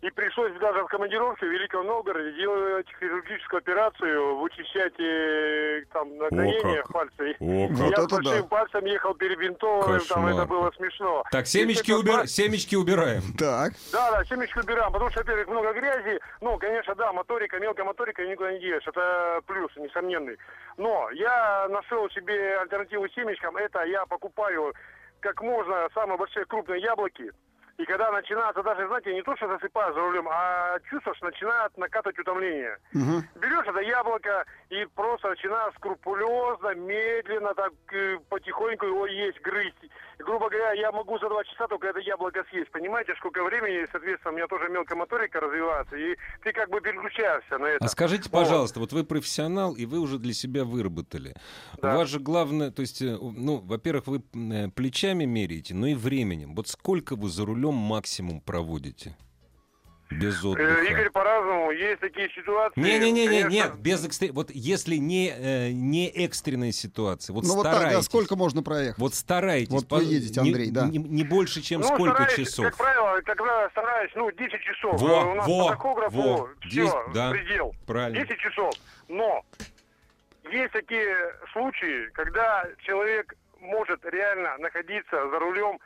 Speaker 3: и пришлось даже в командировке в Великом Новгороде делать хирургическую операцию, вычищать э, там нагноение
Speaker 1: как.
Speaker 3: пальца. И
Speaker 1: О,
Speaker 3: Я
Speaker 2: Вот
Speaker 3: с
Speaker 2: это
Speaker 3: большим пальцем ехал перебинтованным, там
Speaker 1: Кошмар.
Speaker 3: это было смешно.
Speaker 1: Так,
Speaker 3: Если
Speaker 1: семечки,
Speaker 3: бы
Speaker 1: убира-
Speaker 3: палец-
Speaker 1: семечки убираем.
Speaker 2: Так.
Speaker 3: да, да, семечки убираем, потому что, во-первых, много грязи. Ну, конечно, да, моторика, мелкая моторика никуда не делаешь. Это плюс, несомненный. Но я нашел себе альтернативу семечкам. Это я покупаю как можно самые большие крупные яблоки. И когда начинается даже, знаете, не то, что засыпаешь за рулем, а чувствуешь, начинает накатывать утомление.
Speaker 2: Мгм.
Speaker 3: Берешь это яблоко и просто начинаешь скрупулезно, медленно, так э, потихоньку его есть, грызть. И, грубо говоря, я могу за два часа только это яблоко съесть. Понимаете, сколько времени, и, соответственно, у меня тоже мелкая моторика развивается, и ты как бы переключаешься на это.
Speaker 1: А скажите, пожалуйста, вот вы профессионал, и вы уже для себя выработали.
Speaker 3: Да.
Speaker 1: У вас же главное, то есть, э, ну, во-первых, вы э, плечами меряете, но и временем. Вот сколько вы за рулем максимум проводите? Без
Speaker 3: Э, Игорь,
Speaker 1: отдыха.
Speaker 3: по-разному, есть такие ситуации.
Speaker 1: Не-не-не,
Speaker 3: конечно. Ну,
Speaker 1: нет, без экстр- Вот если не, э, не экстренная ситуация, вот
Speaker 2: ну вот
Speaker 1: старайтесь.
Speaker 2: так, да, сколько можно проехать?
Speaker 1: Вот старайтесь.
Speaker 2: Вот
Speaker 1: по-
Speaker 2: вы едете,
Speaker 1: не-
Speaker 2: Андрей, да.
Speaker 1: Не, не больше, чем
Speaker 3: Ну,
Speaker 1: сколько
Speaker 3: стараюсь,
Speaker 1: часов.
Speaker 3: Как правило, как правило, стараюсь, ну, 10 часов.
Speaker 1: Во,
Speaker 3: Э, у нас
Speaker 1: во,
Speaker 3: по тахографу
Speaker 1: во.
Speaker 3: все,
Speaker 1: 10, да.
Speaker 3: предел.
Speaker 1: Правильно.
Speaker 3: 10 часов. Но есть такие случаи, когда человек может реально находиться за рулем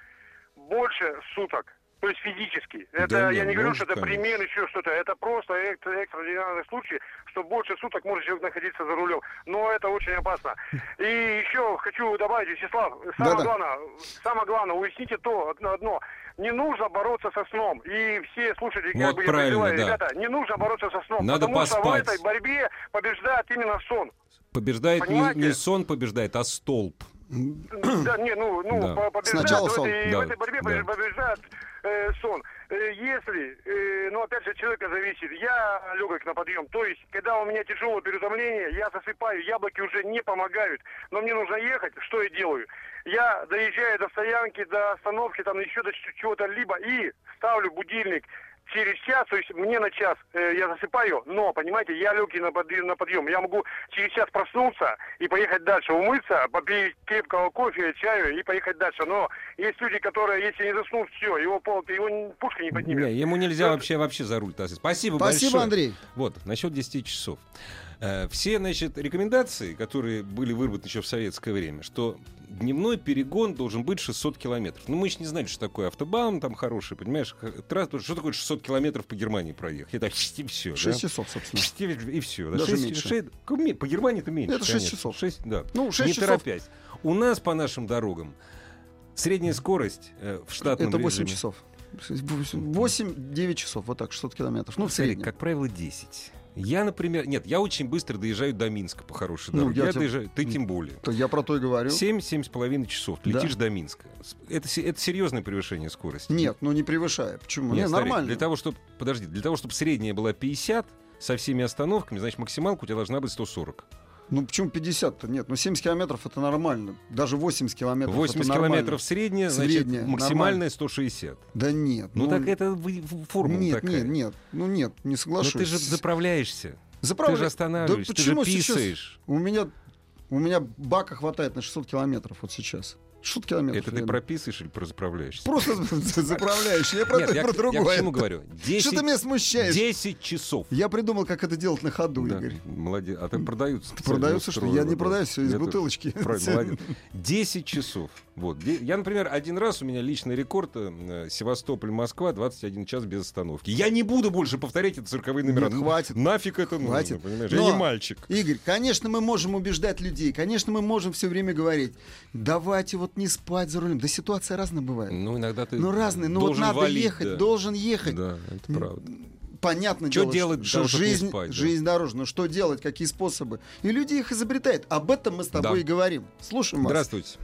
Speaker 3: больше суток. То есть физически. Это
Speaker 1: Да не,
Speaker 3: я не говорю,
Speaker 1: может,
Speaker 3: что это
Speaker 1: конечно.
Speaker 3: примен, еще что-то. Это просто экс- экстраординарный случай, что больше суток может человек находиться за рулем. Но это очень опасно. И еще хочу добавить, Вячеслав, самое
Speaker 2: Да-да.
Speaker 3: главное, самое главное, уясните то одно- одно. Не нужно бороться со сном. И все слушатели,
Speaker 1: Вот
Speaker 3: как бы я
Speaker 1: правильно,
Speaker 3: призываю,
Speaker 1: да.
Speaker 3: ребята, не нужно бороться со сном.
Speaker 1: Надо
Speaker 3: потому что в
Speaker 1: поспать.
Speaker 3: этой борьбе побеждает именно сон.
Speaker 1: Побеждает не- не,
Speaker 3: Понимаете?
Speaker 1: сон побеждает, а столб.
Speaker 6: Да, не, ну, ну
Speaker 1: Да.
Speaker 6: по- побеждают,
Speaker 2: Сначала
Speaker 6: в этой-
Speaker 2: сон.
Speaker 6: Э, в
Speaker 1: Да,
Speaker 6: этой борьбе
Speaker 1: да.
Speaker 6: побеждает э, сон. Э, если, э, ну, опять же, от человека зависит, я легок на подъем, то есть, когда у меня тяжелое переутомление, я засыпаю, яблоки уже не помогают, но мне нужно ехать, что я делаю? Я доезжаю до стоянки, до остановки, там еще до ч- чего-то либо, и ставлю будильник через час, то есть мне на час э, я засыпаю, но, понимаете, я легкий на, подъем, на подъем. Я могу через час проснуться и поехать дальше, умыться, попить крепкого кофе, чаю и поехать дальше. Но есть люди, которые, если не заснут, все, его, пол, его н- пушка не поднимет.
Speaker 1: Не, ему нельзя вообще вообще за руль таскать. Спасибо, Ну, большое.
Speaker 2: Спасибо, Андрей.
Speaker 1: Вот, насчет 10 часов. Э, Все, значит, рекомендации, которые были выработаны еще в советское время, что дневной перегон должен быть 600 километров. Ну, мы еще не знали, что такое автобан там хороший, понимаешь, х- трасс- что такое 600 километров по Германии проехать. Это и все.
Speaker 2: 6 часов, собственно.
Speaker 1: Ну, И все.
Speaker 2: Даже меньше.
Speaker 1: по Германии это меньше.
Speaker 2: Это шесть
Speaker 1: конечно.
Speaker 2: часов.
Speaker 1: Шесть, да.
Speaker 2: Ну, шесть
Speaker 1: не
Speaker 2: часов.
Speaker 1: торопясь. У нас по нашим дорогам средняя скорость э, в штатном
Speaker 2: Это 8
Speaker 1: режиме-
Speaker 2: часов. 8-9 часов, вот так, 600 километров. Ну, в
Speaker 1: Смотри,
Speaker 2: среднем.
Speaker 1: как правило, 10. Я, например, нет, я очень быстро доезжаю до Минска по хорошей
Speaker 2: Ну,
Speaker 1: дороге.
Speaker 2: я
Speaker 1: я
Speaker 2: тем-
Speaker 1: доезжаю, ты тем более.
Speaker 2: То я про то и говорю.
Speaker 1: 7-7,5 с половиной часов ты
Speaker 2: Да.
Speaker 1: летишь до Минска. С- Это, се- это серьезное превышение скорости.
Speaker 2: Нет, ну не превышая. Почему?
Speaker 1: Нет,
Speaker 2: Не,
Speaker 1: смотри,
Speaker 2: нормально.
Speaker 1: Для того, чтобы, подожди, для того, чтобы средняя была 50 со всеми остановками, значит, максималка у тебя должна быть 140.
Speaker 2: Ну почему 50-то? Нет, ну 70 километров это нормально. Даже 80 километров
Speaker 1: 80
Speaker 2: это нормально.
Speaker 1: километров средняя, значит,
Speaker 2: Средняя,
Speaker 1: максимальная
Speaker 2: нормально.
Speaker 1: 160.
Speaker 2: Да нет.
Speaker 1: Ну, так это вы- формула
Speaker 2: Нет,
Speaker 1: такая.
Speaker 2: нет, нет. Ну нет, не
Speaker 1: Но
Speaker 2: соглашусь.
Speaker 1: ты же заправляешься,
Speaker 2: Заправля-
Speaker 1: ты же останавливаешься,
Speaker 2: Да
Speaker 1: ты же
Speaker 2: почему сейчас?
Speaker 1: писаешь.
Speaker 2: У меня, у меня бака хватает на 600 километров вот сейчас. 600 километров.
Speaker 1: Это ты
Speaker 2: реально.
Speaker 1: прописываешь или прозаправляешься?
Speaker 2: Просто заправляешь. Я про
Speaker 1: Нет,
Speaker 2: то и
Speaker 1: я,
Speaker 2: про
Speaker 1: к- я к
Speaker 2: другое.
Speaker 1: чему говорю? 10,
Speaker 2: Что ты меня смущаешь?
Speaker 1: 10 часов.
Speaker 2: Я придумал, как это делать на ходу,
Speaker 1: Да,
Speaker 2: Игорь.
Speaker 1: Молодец. А ты продаются?
Speaker 2: Продаются, что ли? Я не продаюсь, все из бутылочки.
Speaker 1: Молодец. 10 часов. Вот. Де- Я, например, один раз у меня личный рекорд э, Севастополь-Москва 21 час без остановки. Я не буду больше повторять эти цирковые номера.
Speaker 2: Нет, хватит.
Speaker 1: Нафиг это нужно,
Speaker 2: Хватит.
Speaker 1: понимаешь?
Speaker 2: Но-
Speaker 1: Я не мальчик.
Speaker 2: Игорь, конечно, мы можем убеждать людей, конечно, мы можем все время говорить, давайте вот не спать за рулем. Да ситуация разная бывает.
Speaker 1: Ну, иногда ты
Speaker 2: Ну, разные, ну вот
Speaker 1: должен
Speaker 2: надо
Speaker 1: валить,
Speaker 2: ехать,
Speaker 1: да.
Speaker 2: должен ехать.
Speaker 1: Да, это правда.
Speaker 2: Понятно
Speaker 1: Чё
Speaker 2: дело,
Speaker 1: делать для
Speaker 2: что
Speaker 1: того, чтобы не
Speaker 2: жизнь,
Speaker 1: спать, да?
Speaker 2: жизнь дороже. Но что делать, какие способы? И люди их изобретают. Об этом мы с тобой
Speaker 1: Да.
Speaker 2: и говорим. Слушаем вас.
Speaker 1: Здравствуйте.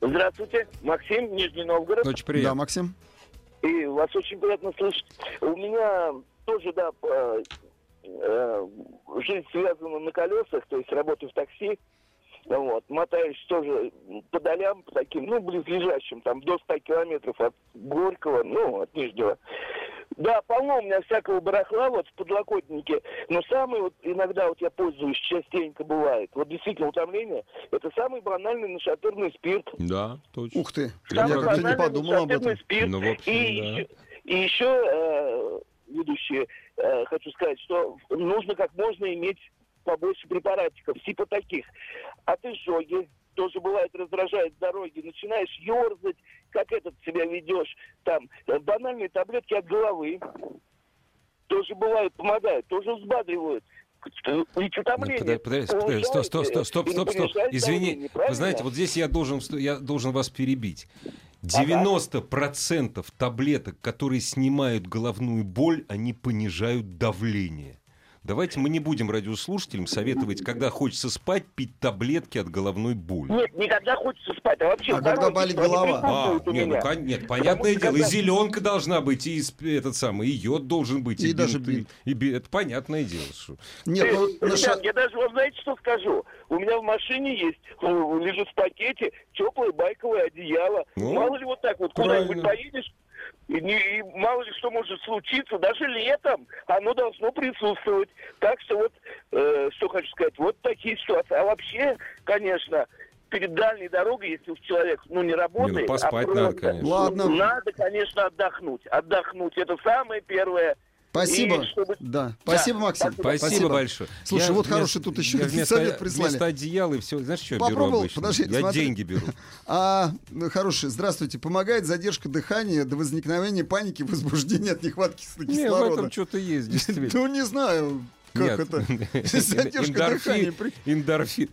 Speaker 3: Здравствуйте, Максим, Нижний Новгород.
Speaker 1: Очень приятно.
Speaker 2: Да, Максим.
Speaker 3: И вас очень приятно слышать. У меня тоже, да, э, э, жизнь связана на колесах, то есть работаю в такси. Вот, мотаюсь тоже по долям, по таким, ну, близлежащим, там, до 100 километров от Горького, ну, от Нижнего. Да, полно у меня всякого барахла вот в подлокотнике, но самый вот иногда вот я пользуюсь, частенько бывает, вот действительно утомление, это самый банальный нашатырный спирт.
Speaker 1: Да, точно.
Speaker 2: Ух ты. Я
Speaker 3: Самый
Speaker 2: как-то не
Speaker 3: банальный
Speaker 2: подумал об
Speaker 3: нашатырный
Speaker 2: этом.
Speaker 3: спирт.
Speaker 1: Ну, в общем,
Speaker 3: И
Speaker 1: да.
Speaker 3: еще, и еще, э, ведущие, э, хочу сказать, что нужно как можно иметь побольше препаратиков, типа таких. От изжоги тоже бывает раздражает дороги, начинаешь ерзать, как этот себя ведешь, там э, банальные таблетки от головы тоже бывают, помогают, тоже взбадривают. Ведь утомление
Speaker 1: Подожди, подожди, подожди, стоп, стоп, стоп, стоп,
Speaker 3: и
Speaker 1: стоп, стоп.
Speaker 3: понижает
Speaker 1: Извини,
Speaker 3: давление,
Speaker 1: вы
Speaker 3: правильно?
Speaker 1: знаете, вот здесь я должен, вст- я должен вас перебить. 90% таблеток, которые снимают головную боль, они понижают давление. Давайте мы не будем радиослушателям советовать, когда хочется спать, пить таблетки от головной боли.
Speaker 3: Нет, никогда хочется спать, а
Speaker 2: А
Speaker 3: вообще в
Speaker 2: когда
Speaker 3: дороге
Speaker 2: болит
Speaker 3: они
Speaker 2: голова?
Speaker 1: А,
Speaker 3: присутствуют у
Speaker 1: не, ну,
Speaker 3: меня.
Speaker 1: кон- нет, понятное
Speaker 3: что
Speaker 1: дело, и
Speaker 3: когда-
Speaker 1: зеленка должна быть, и сп- этот самый, и йод должен быть,
Speaker 2: И даже
Speaker 1: бинты,
Speaker 2: бинт.
Speaker 1: и би- это понятное дело. что-
Speaker 2: Нет, ну,
Speaker 3: Э,
Speaker 2: наша-
Speaker 3: ребят, я даже вам знаете, что скажу? У меня в машине есть, э, лежит в пакете теплое байковое одеяло.
Speaker 1: Ну,
Speaker 3: мало ли вот так вот куда-нибудь
Speaker 1: правильно.
Speaker 3: поедешь, и, не- и мало ли что может случиться, даже летом оно должно присутствовать. Так что вот, э, что хочу сказать, вот такие ситуации. А вообще, конечно, перед дальней дорогой, если уж человек, ну, не работает...
Speaker 1: Не, ну,
Speaker 3: а
Speaker 1: поспать надо, конечно.
Speaker 2: Ладно.
Speaker 3: Надо, конечно, отдохнуть. Отдохнуть. Это самое первое.
Speaker 2: Спасибо.
Speaker 3: И чтобы-
Speaker 2: Да. Спасибо,
Speaker 3: Да,
Speaker 2: Максим.
Speaker 3: спасибо.
Speaker 1: Спасибо, большое.
Speaker 2: Слушай, вот
Speaker 1: вместо-
Speaker 2: хороший тут еще
Speaker 1: я
Speaker 2: один совет прислали.
Speaker 1: Вместо одеяла и все. Знаешь, что я беру
Speaker 2: Попробовал?
Speaker 1: обычно?
Speaker 2: Подожди,
Speaker 1: я
Speaker 2: смотри.
Speaker 1: деньги беру.
Speaker 2: А, ну, хороший, здравствуйте. Помогает задержка дыхания до возникновения паники, возбуждения от нехватки
Speaker 1: Не, в
Speaker 2: кислорода.
Speaker 1: этом что-то есть, действительно.
Speaker 2: Ну, не знаю. Как
Speaker 1: Нет.
Speaker 2: это? Задержка дыхания.
Speaker 1: Эндорфин.
Speaker 2: При-
Speaker 1: Эндорфин.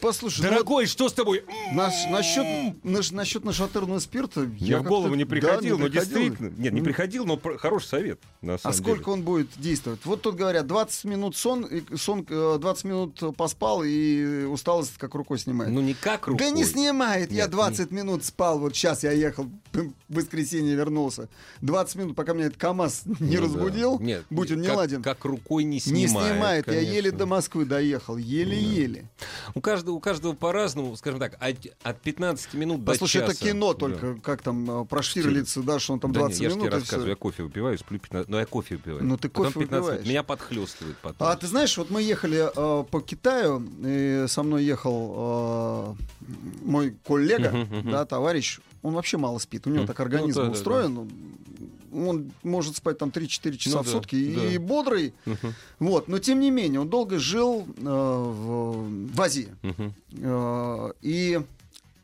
Speaker 2: Послушай, ну вот
Speaker 1: Дорогой, что с тобой?
Speaker 2: Нас, насчет, наш, насчет нашатырного спирта...
Speaker 1: Я в
Speaker 2: как-то-
Speaker 1: голову не
Speaker 2: да,
Speaker 1: приходил, но
Speaker 2: приходило.
Speaker 1: действительно. Нет, не приходил, но про- хороший совет, на
Speaker 2: А
Speaker 1: самом
Speaker 2: сколько
Speaker 1: деле.
Speaker 2: он будет действовать? Вот тут говорят, 20 минут сон, и сон э, 20 минут поспал, и усталость как рукой снимает.
Speaker 1: Ну, не как рукой.
Speaker 2: Да не снимает, я
Speaker 1: Нет,
Speaker 2: 20 минут спал, вот сейчас я ехал, в воскресенье вернулся. 20 минут, пока меня этот КАМАЗ
Speaker 1: Ну
Speaker 2: не
Speaker 1: да.
Speaker 2: разбудил,
Speaker 1: Нет,
Speaker 2: будь он не
Speaker 1: как-
Speaker 2: ладен.
Speaker 1: Как рукой не
Speaker 2: не
Speaker 1: снимает.
Speaker 2: снимает, я
Speaker 1: конечно.
Speaker 2: еле до Москвы доехал, еле-еле.
Speaker 1: У каждого, у каждого по-разному, скажем так, от, от 15 минут до
Speaker 2: Послушай, это
Speaker 1: часа.
Speaker 2: кино
Speaker 1: Да.
Speaker 2: только, как там, э, про Штирлица, да, что он там
Speaker 1: Да
Speaker 2: 20
Speaker 1: не, я же
Speaker 2: минут
Speaker 1: тебе
Speaker 2: и всё.
Speaker 1: рассказываю, я кофе выпиваю, сплю 15, но я кофе выпиваю.
Speaker 2: Ну, ты
Speaker 1: Потом
Speaker 2: кофе
Speaker 1: 15 минут.
Speaker 2: выпиваешь.
Speaker 1: Меня подхлестывает потом.
Speaker 2: А ты знаешь, вот мы ехали э, по Китаю, и со мной ехал э, мой коллега,
Speaker 1: Мгм, мгм.
Speaker 2: да, товарищ. Он вообще мало спит, у него
Speaker 1: Мгм.
Speaker 2: так организм
Speaker 1: Ну, да, да,
Speaker 2: устроен. Он может спать там 3-4 часа
Speaker 1: Ну
Speaker 2: в
Speaker 1: да,
Speaker 2: сутки и-
Speaker 1: да.
Speaker 2: и бодрый.
Speaker 1: Мгм,
Speaker 2: Вот. Но тем не менее, он долго жил э, в, в Азии.
Speaker 1: мгм.
Speaker 2: Э, и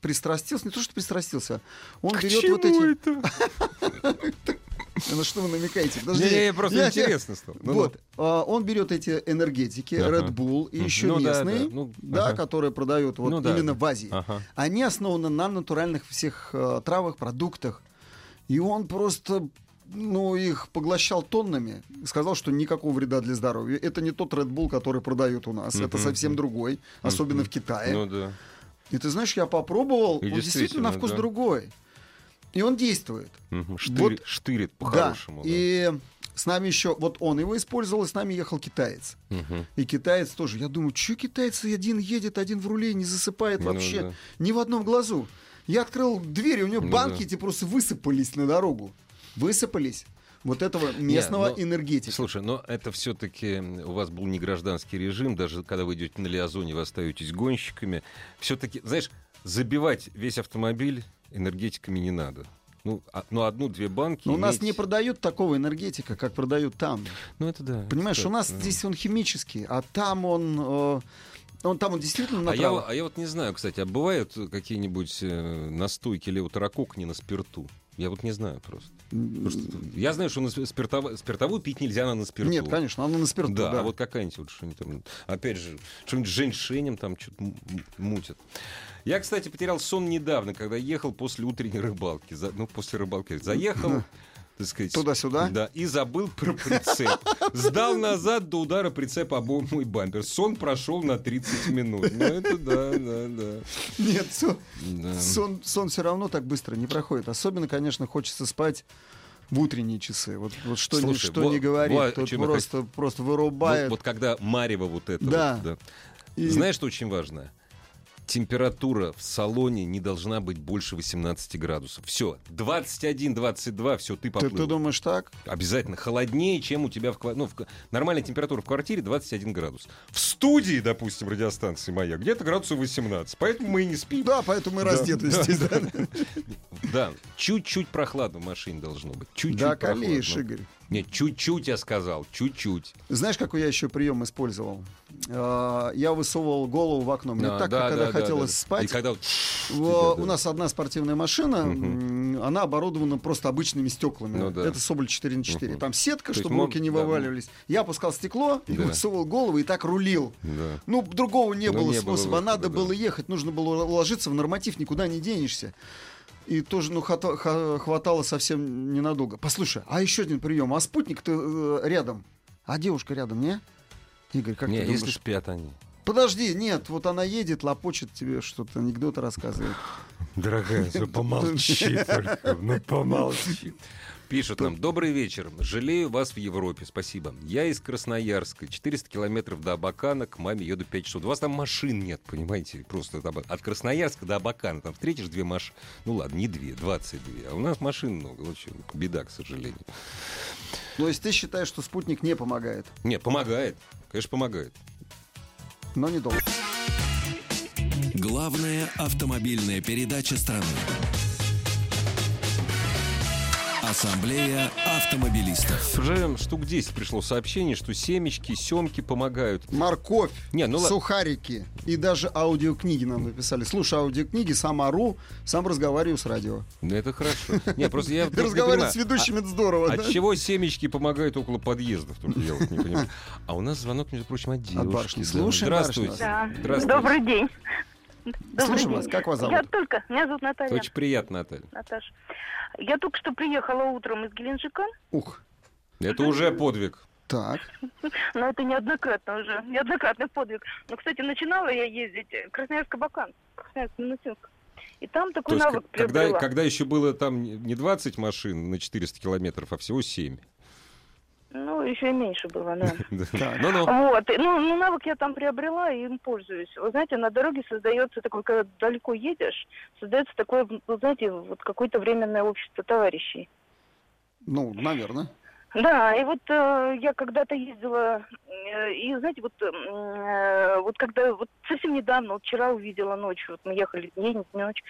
Speaker 2: пристрастился, не то что пристрастился, он
Speaker 1: К
Speaker 2: берет
Speaker 1: чему
Speaker 2: вот эти...
Speaker 1: это?
Speaker 2: На что вы намекаете? Подожди.
Speaker 1: Не, не, просто
Speaker 2: Я- я-
Speaker 1: интересно стало. Ну,
Speaker 2: вот, а, он берет эти энергетики,
Speaker 1: Ага.
Speaker 2: Red Bull и
Speaker 1: Мгм.
Speaker 2: еще
Speaker 1: Ну да, да,
Speaker 2: местные, да,
Speaker 1: ну, ага.
Speaker 2: которые продают вот
Speaker 1: Ну да,
Speaker 2: именно
Speaker 1: да.
Speaker 2: в Азии.
Speaker 1: ну, Ага.
Speaker 2: Они основаны на натуральных всех э, травах, продуктах. И он просто ну, их поглощал тоннами. Сказал, что никакого вреда для здоровья. Это не тот Red Bull, который продают у нас. Это
Speaker 1: Мгм.
Speaker 2: совсем другой, особенно в Китае.
Speaker 1: Ну да.
Speaker 2: И ты знаешь, я попробовал,
Speaker 1: И
Speaker 2: он действительно на
Speaker 1: действительно,
Speaker 2: вкус
Speaker 1: да.
Speaker 2: другой. И он действует.
Speaker 1: Мгм.
Speaker 2: Вот-
Speaker 1: Штырит, штырит по-хорошему.
Speaker 2: да. И с нами еще, вот он его использовал, и с нами ехал китаец.
Speaker 1: да. Мгм.
Speaker 2: И китаец тоже. Я думаю, что китаец один едет, один в руле, не засыпает
Speaker 1: Ну
Speaker 2: вообще
Speaker 1: да.
Speaker 2: ни в одном глазу. Я открыл дверь, и у него
Speaker 1: Ну
Speaker 2: банки
Speaker 1: да.
Speaker 2: эти просто высыпались на дорогу. Высыпались. Вот этого местного
Speaker 1: ну,
Speaker 2: энергетика.
Speaker 1: Слушай, но это все-таки у вас был не гражданский режим, даже когда вы идете на Лиазоне, вы остаетесь гонщиками. Все-таки, знаешь, забивать весь автомобиль энергетиками не надо. Ну, а- ну одну-две банки.
Speaker 2: Но у нас
Speaker 1: иметь-
Speaker 2: не продают такого энергетика, как продают там.
Speaker 1: Ну это да.
Speaker 2: Понимаешь,
Speaker 1: это
Speaker 2: у нас
Speaker 1: да.
Speaker 2: здесь он химический, а там он, э, он там он действительно на
Speaker 1: А я,
Speaker 2: травах.
Speaker 1: вот- а я вот не знаю, кстати, а бывают какие-нибудь э, настойки леутаракок не на спирту? Я вот не знаю просто. Потому что я знаю, что на спи- спиртово- спиртовую пить нельзя она на спирту.
Speaker 2: Нет, конечно, она на спирту.
Speaker 1: Да,
Speaker 2: да.
Speaker 1: а вот какая-нибудь вот что-нибудь там, опять же, что-нибудь с женьшенем там что-то мутит. Я, кстати, потерял сон недавно, когда ехал после утренней рыбалки. За- ну, после рыбалки. Заехал, так сказать...
Speaker 2: Туда-сюда?
Speaker 1: Да, и забыл про прицеп. Сдал назад до удара прицепа обо мой бампер. Сон прошел на 30 минут. Ну, это да, да, да.
Speaker 2: Нет, всё.
Speaker 1: Да.
Speaker 2: Сон, сон все равно так быстро не проходит. Особенно, конечно, хочется спать в утренние часы. Вот, вот что, ни,
Speaker 1: Слушай,
Speaker 2: что
Speaker 1: вот-
Speaker 2: не говори,
Speaker 1: вот
Speaker 2: тут
Speaker 1: чем я
Speaker 2: просто, просто
Speaker 1: Вот,
Speaker 2: вырубает.
Speaker 1: вот когда марево вот это.
Speaker 2: Да.
Speaker 1: вот, да.
Speaker 2: И-
Speaker 1: Знаешь, что очень важно? Температура в салоне не должна быть больше 18 градусов. Все, 21-22, все, ты
Speaker 2: ты,
Speaker 1: поплыл.
Speaker 2: ты думаешь так?
Speaker 1: Обязательно холоднее, чем у тебя в квартире. Ну, в ка- нормальная температура в квартире 21 градус. В студии, допустим, радиостанции моя, где-то градусов 18. Поэтому мы и не спим.
Speaker 2: Да, поэтому и
Speaker 1: Да,
Speaker 2: раздеты
Speaker 1: да, Ну,
Speaker 2: здесь. Да,
Speaker 1: Да, чуть-чуть прохладно в машине должно быть. Чуть-чуть
Speaker 2: Да,
Speaker 1: прохладно.
Speaker 2: колеешь, Игорь.
Speaker 1: Нет, чуть-чуть я сказал, чуть-чуть.
Speaker 2: Знаешь, какой я еще прием использовал? А, Я высовывал голову в окно. Мне
Speaker 1: Да,
Speaker 2: так,
Speaker 1: А, да,
Speaker 2: когда
Speaker 1: да, да,
Speaker 2: хотелось
Speaker 1: да.
Speaker 2: спать.
Speaker 1: И когда... вот-
Speaker 2: Во-
Speaker 1: Да, да.
Speaker 2: У нас одна спортивная машина, м, она оборудована просто обычными стеклами.
Speaker 1: Ну да.
Speaker 2: Это Соболь 4 на 4.
Speaker 1: Мгм.
Speaker 2: Там сетка,
Speaker 1: есть
Speaker 2: чтобы
Speaker 1: мог-
Speaker 2: руки не
Speaker 1: да, мог.
Speaker 2: вываливались. Я опускал стекло и
Speaker 1: Да.
Speaker 2: высовывал голову и так рулил.
Speaker 1: Да.
Speaker 2: Ну, другого не
Speaker 1: Ну,
Speaker 2: было
Speaker 1: не было
Speaker 2: способа.
Speaker 1: выхода,
Speaker 2: Надо
Speaker 1: да.
Speaker 2: было ехать, нужно было уложиться в норматив, никуда не денешься. И тоже, ну, хата- ха- хватало совсем ненадолго. Послушай, а еще один прием. А спутник-то э, рядом. А девушка рядом, не? Игорь, как
Speaker 1: Не,
Speaker 2: ты думаешь?
Speaker 1: если спят они.
Speaker 2: Подожди, нет, вот она едет, лопочет тебе что-то, анекдоты рассказывает.
Speaker 1: Дорогая, ну, помолчи только, ну помолчи. Пишет нам, добрый вечер, жалею вас в Европе, спасибо. Я из Красноярска, 400 километров до Абакана, к маме еду 5 часов. У вас там машин нет, понимаете, просто от Аба- от Красноярска до Абакана, там встретишь две машины, ну ладно, не две, 22, а у нас машин много, вот чё, беда, к сожалению.
Speaker 2: То есть ты считаешь, что спутник не помогает,
Speaker 1: Не, помогает, конечно, помогает.
Speaker 2: но недолго.
Speaker 4: Главная автомобильная передача страны. Ассамблея автомобилистов.
Speaker 1: Уже штук 10 пришло сообщение, что семечки, семки помогают.
Speaker 2: Морковь,
Speaker 1: Не, ну ла-
Speaker 2: сухарики и даже аудиокниги нам написали. Слушай аудиокниги, сам ору, сам разговариваю с радио.
Speaker 1: Ну, Это хорошо. Не, просто я вдруг не
Speaker 2: Разговаривать
Speaker 1: понимаю, А
Speaker 2: с ведущими это здорово,
Speaker 1: От
Speaker 2: да?
Speaker 1: чего семечки помогают около подъездов? Только я вот не понимаю. А у нас звонок, между прочим, от девушки.
Speaker 2: барышни.
Speaker 1: Да.
Speaker 2: Слушаем,
Speaker 1: Здравствуйте.
Speaker 2: барышня.
Speaker 3: Да.
Speaker 1: Здравствуйте.
Speaker 3: Добрый день. Добрый
Speaker 2: Слушаем
Speaker 3: день.
Speaker 2: вас. Как вас
Speaker 3: Я
Speaker 2: зовут?
Speaker 3: только... Меня зовут Наталья.
Speaker 1: Очень приятно, Наталья.
Speaker 3: Наташа. Я только что приехала утром из Геленджика,
Speaker 2: Ух,
Speaker 1: Это уже подвиг.
Speaker 2: так.
Speaker 3: но это неоднократно уже, неоднократный подвиг. Но, кстати, начинала я ездить э, Красноярск-Абакан, Красноярск-Минусинск. И там
Speaker 1: То
Speaker 3: такой
Speaker 1: есть,
Speaker 3: навык
Speaker 1: к- когда,
Speaker 3: приобрела.
Speaker 1: когда еще было там не 20 машин на 400 километров, а всего 7.
Speaker 3: Ну, еще и меньше было, да.
Speaker 1: Ну-ну.
Speaker 3: Вот, и, ну, ну, навык я там приобрела и им пользуюсь. Вы знаете, на дороге создается такой, когда далеко едешь, создается такое, вы знаете, вот какое-то временное общество товарищей.
Speaker 2: Ну, наверное.
Speaker 3: Да, и вот э, я когда-то ездила, э, и знаете, вот, э, вот когда, вот совсем недавно, вот вчера увидела ночью, вот мы ехали день, ночь,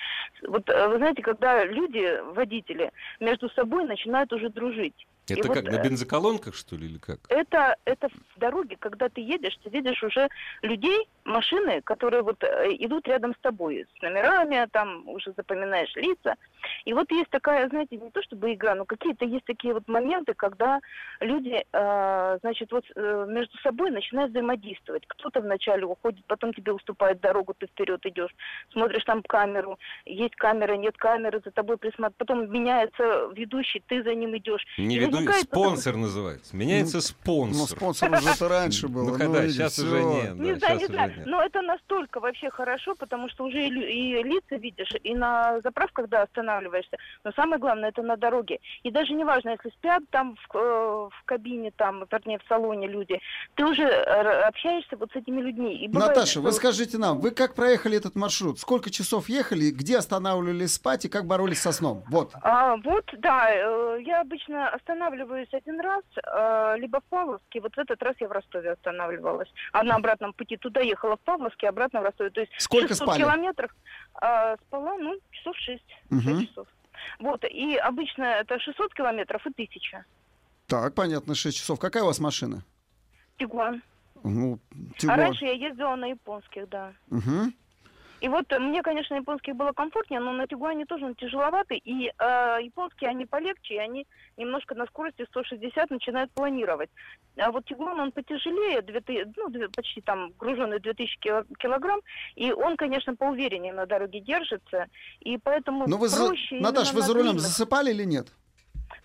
Speaker 3: вот э, вы знаете, когда люди, водители, между собой начинают уже дружить. И
Speaker 1: Это
Speaker 3: вот,
Speaker 1: как, на
Speaker 3: э,
Speaker 1: бензоколонках, что ли, или как?
Speaker 3: Это, это в дороге, когда ты едешь, ты видишь уже людей, машины, которые вот э, идут рядом с тобой, с номерами, а там уже запоминаешь лица. И вот есть такая, знаете, не то чтобы игра, но какие-то есть такие вот моменты, когда люди, э, значит, вот э, между собой начинают взаимодействовать. Кто-то вначале уходит, потом тебе уступает дорогу, ты вперед идешь, смотришь там камеру, есть камера, нет камеры, за тобой присматривают, потом меняется ведущий, ты за ним идешь.
Speaker 1: Не
Speaker 3: и
Speaker 1: веду,
Speaker 3: возникает вот
Speaker 1: спонсор называется. Меняется
Speaker 2: Ну,
Speaker 1: спонсор.
Speaker 2: спонсор уже это раньше было.
Speaker 1: Ну, когда?
Speaker 2: видишь,
Speaker 1: Сейчас уже
Speaker 2: всё.
Speaker 1: нет.
Speaker 3: Не
Speaker 1: да,
Speaker 3: знаю,
Speaker 1: щас уже
Speaker 3: Ну не знаю.
Speaker 1: нет.
Speaker 3: Но это настолько вообще хорошо, потому что уже и, лю- и лица видишь, и на заправках, да, останавливаешься. Но самое главное, это на дороге. И даже не важно, если спят там в, э, в кабине, там, вернее, в салоне люди, ты уже э, общаешься вот с этими людьми. И бывает,
Speaker 2: Наташа,
Speaker 3: что-
Speaker 2: вы скажите нам, вы как проехали этот маршрут? Сколько часов ехали, где останавливались спать и как боролись со сном? Вот.
Speaker 3: А, вот, да, э, я обычно останавливаюсь один раз, э, либо в Павловске, вот в этот раз я в Ростове останавливалась. А на обратном пути туда ехала в Павловске, обратно в Ростове. То есть
Speaker 2: Сколько
Speaker 3: 600
Speaker 2: спали?
Speaker 3: километров а, спала, ну, часов шесть, шесть
Speaker 2: Мгм.
Speaker 3: часов. Вот, и обычно это 600 километров и 1000.
Speaker 2: Так, понятно, 6 часов. Какая у вас машина?
Speaker 3: Тигуан.
Speaker 2: Ну,
Speaker 3: А
Speaker 2: Тигуан.
Speaker 3: раньше я ездила на японских, да.
Speaker 2: Мгм.
Speaker 3: И вот э, мне, конечно, японских было комфортнее, но на Тигуане тоже он тяжеловатый. И э, японские, они полегче, и они немножко на скорости 160 начинают планировать. А вот Тигуан, он потяжелее, две ты- ну, две- почти там груженный 2000 кило- килограмм, и он, конечно, поувереннее на дороге держится, и поэтому
Speaker 2: Но Ну, вы за...
Speaker 3: проще...
Speaker 2: Наташ,
Speaker 3: именно
Speaker 2: вы
Speaker 3: на
Speaker 2: за рулем
Speaker 3: длинных.
Speaker 2: засыпали или нет?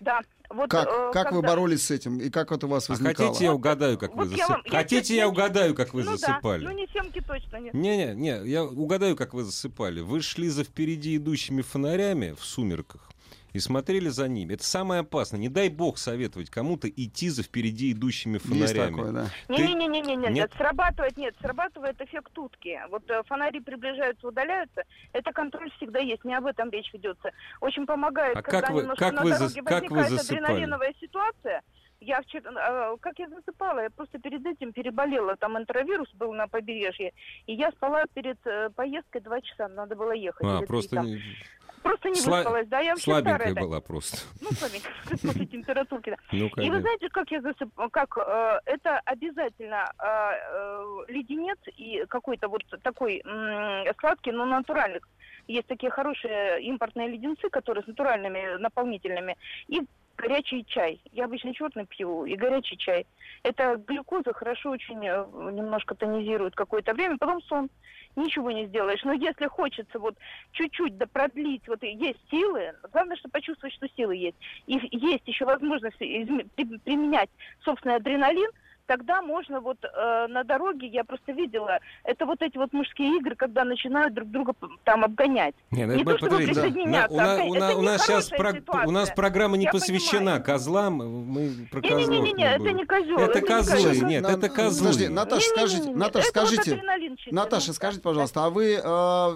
Speaker 3: Да. Вот,
Speaker 2: Как?
Speaker 3: э,
Speaker 2: как вы
Speaker 3: когда-
Speaker 2: боролись с этим? И как это у вас
Speaker 1: А
Speaker 2: возникало?
Speaker 1: хотите, я угадаю, как вы
Speaker 3: Ну, Вот я вам-
Speaker 1: засыпали?
Speaker 3: я
Speaker 1: Хотите,
Speaker 3: честно-
Speaker 1: я угадаю, как вы
Speaker 3: ну
Speaker 1: засыпали?
Speaker 3: Да, ну не семки точно, нет.
Speaker 1: Не-не, не, я угадаю, как вы засыпали. Вы шли за впереди идущими фонарями в сумерках и смотрели за ними. Это самое опасное. Не дай бог советовать кому-то идти за впереди идущими
Speaker 2: Есть
Speaker 1: фонарями.
Speaker 2: такое, да.
Speaker 1: Ты-
Speaker 3: Не-не-не-не, нет,
Speaker 1: Нет?
Speaker 3: срабатывает, нет, срабатывает эффект утки. Вот э, фонари приближаются, удаляются, это контроль всегда есть, не об этом речь ведется. Очень помогает,
Speaker 1: А
Speaker 3: когда
Speaker 1: как вы-
Speaker 3: немножко
Speaker 1: как
Speaker 3: на
Speaker 1: вы
Speaker 3: дороге
Speaker 1: зас- как вы
Speaker 3: возникает
Speaker 1: засыпали?
Speaker 3: адреналиновая ситуация. Я вчера, э, как я засыпала, я просто перед этим переболела, там интровирус был на побережье, и я спала перед э, поездкой два часа, надо было ехать.
Speaker 1: А,
Speaker 3: перед
Speaker 1: просто
Speaker 3: рейсом.
Speaker 1: не-
Speaker 3: просто не
Speaker 1: сла-
Speaker 3: выспалась, да, я вообще
Speaker 1: слабенькая
Speaker 3: старая, да.
Speaker 1: была просто.
Speaker 3: Ну, слабенькая, после температурки, да.
Speaker 1: Ну,
Speaker 3: И вы
Speaker 1: конечно.
Speaker 3: знаете, как я засыпаю, как э, это обязательно э, э, леденец и какой-то вот такой м, сладкий, но натуральный. Есть такие хорошие импортные леденцы, которые с натуральными наполнителями. И горячий чай. Я обычно черный пью и горячий чай. Это глюкоза хорошо очень э, немножко тонизирует какое-то время, потом сон. Ничего не сделаешь. Но если хочется вот чуть-чуть да продлить, вот и есть силы, главное, что почувствовать, что силы есть и есть еще возможность изме- при- применять собственный адреналин, тогда можно вот э, на дороге, я просто видела, это вот эти вот мужские игры, когда начинают друг друга п- там обгонять.
Speaker 1: Не,
Speaker 3: не то, чтобы
Speaker 1: подождите.
Speaker 3: присоединяться,
Speaker 1: у, на-
Speaker 3: опять-
Speaker 1: у на-
Speaker 3: это
Speaker 1: у нас сейчас
Speaker 3: нехорошая
Speaker 1: у нас
Speaker 3: ситуация.
Speaker 1: программа не
Speaker 3: Я
Speaker 1: посвящена
Speaker 3: понимаю.
Speaker 1: козлам. Мы про козлов
Speaker 3: Не-не-не, это
Speaker 1: будем.
Speaker 3: не козел.
Speaker 1: Это козлы,
Speaker 3: козел.
Speaker 1: нет,
Speaker 2: На-
Speaker 1: это козлы.
Speaker 2: Подожди, Наташа,
Speaker 3: Не-не-не-не,
Speaker 2: скажите,
Speaker 3: это
Speaker 2: Наташа,
Speaker 3: вот
Speaker 2: скажите,
Speaker 3: адреналин чистый,
Speaker 2: Наташа,
Speaker 3: ну,
Speaker 2: скажите,
Speaker 3: да.
Speaker 2: пожалуйста, а вы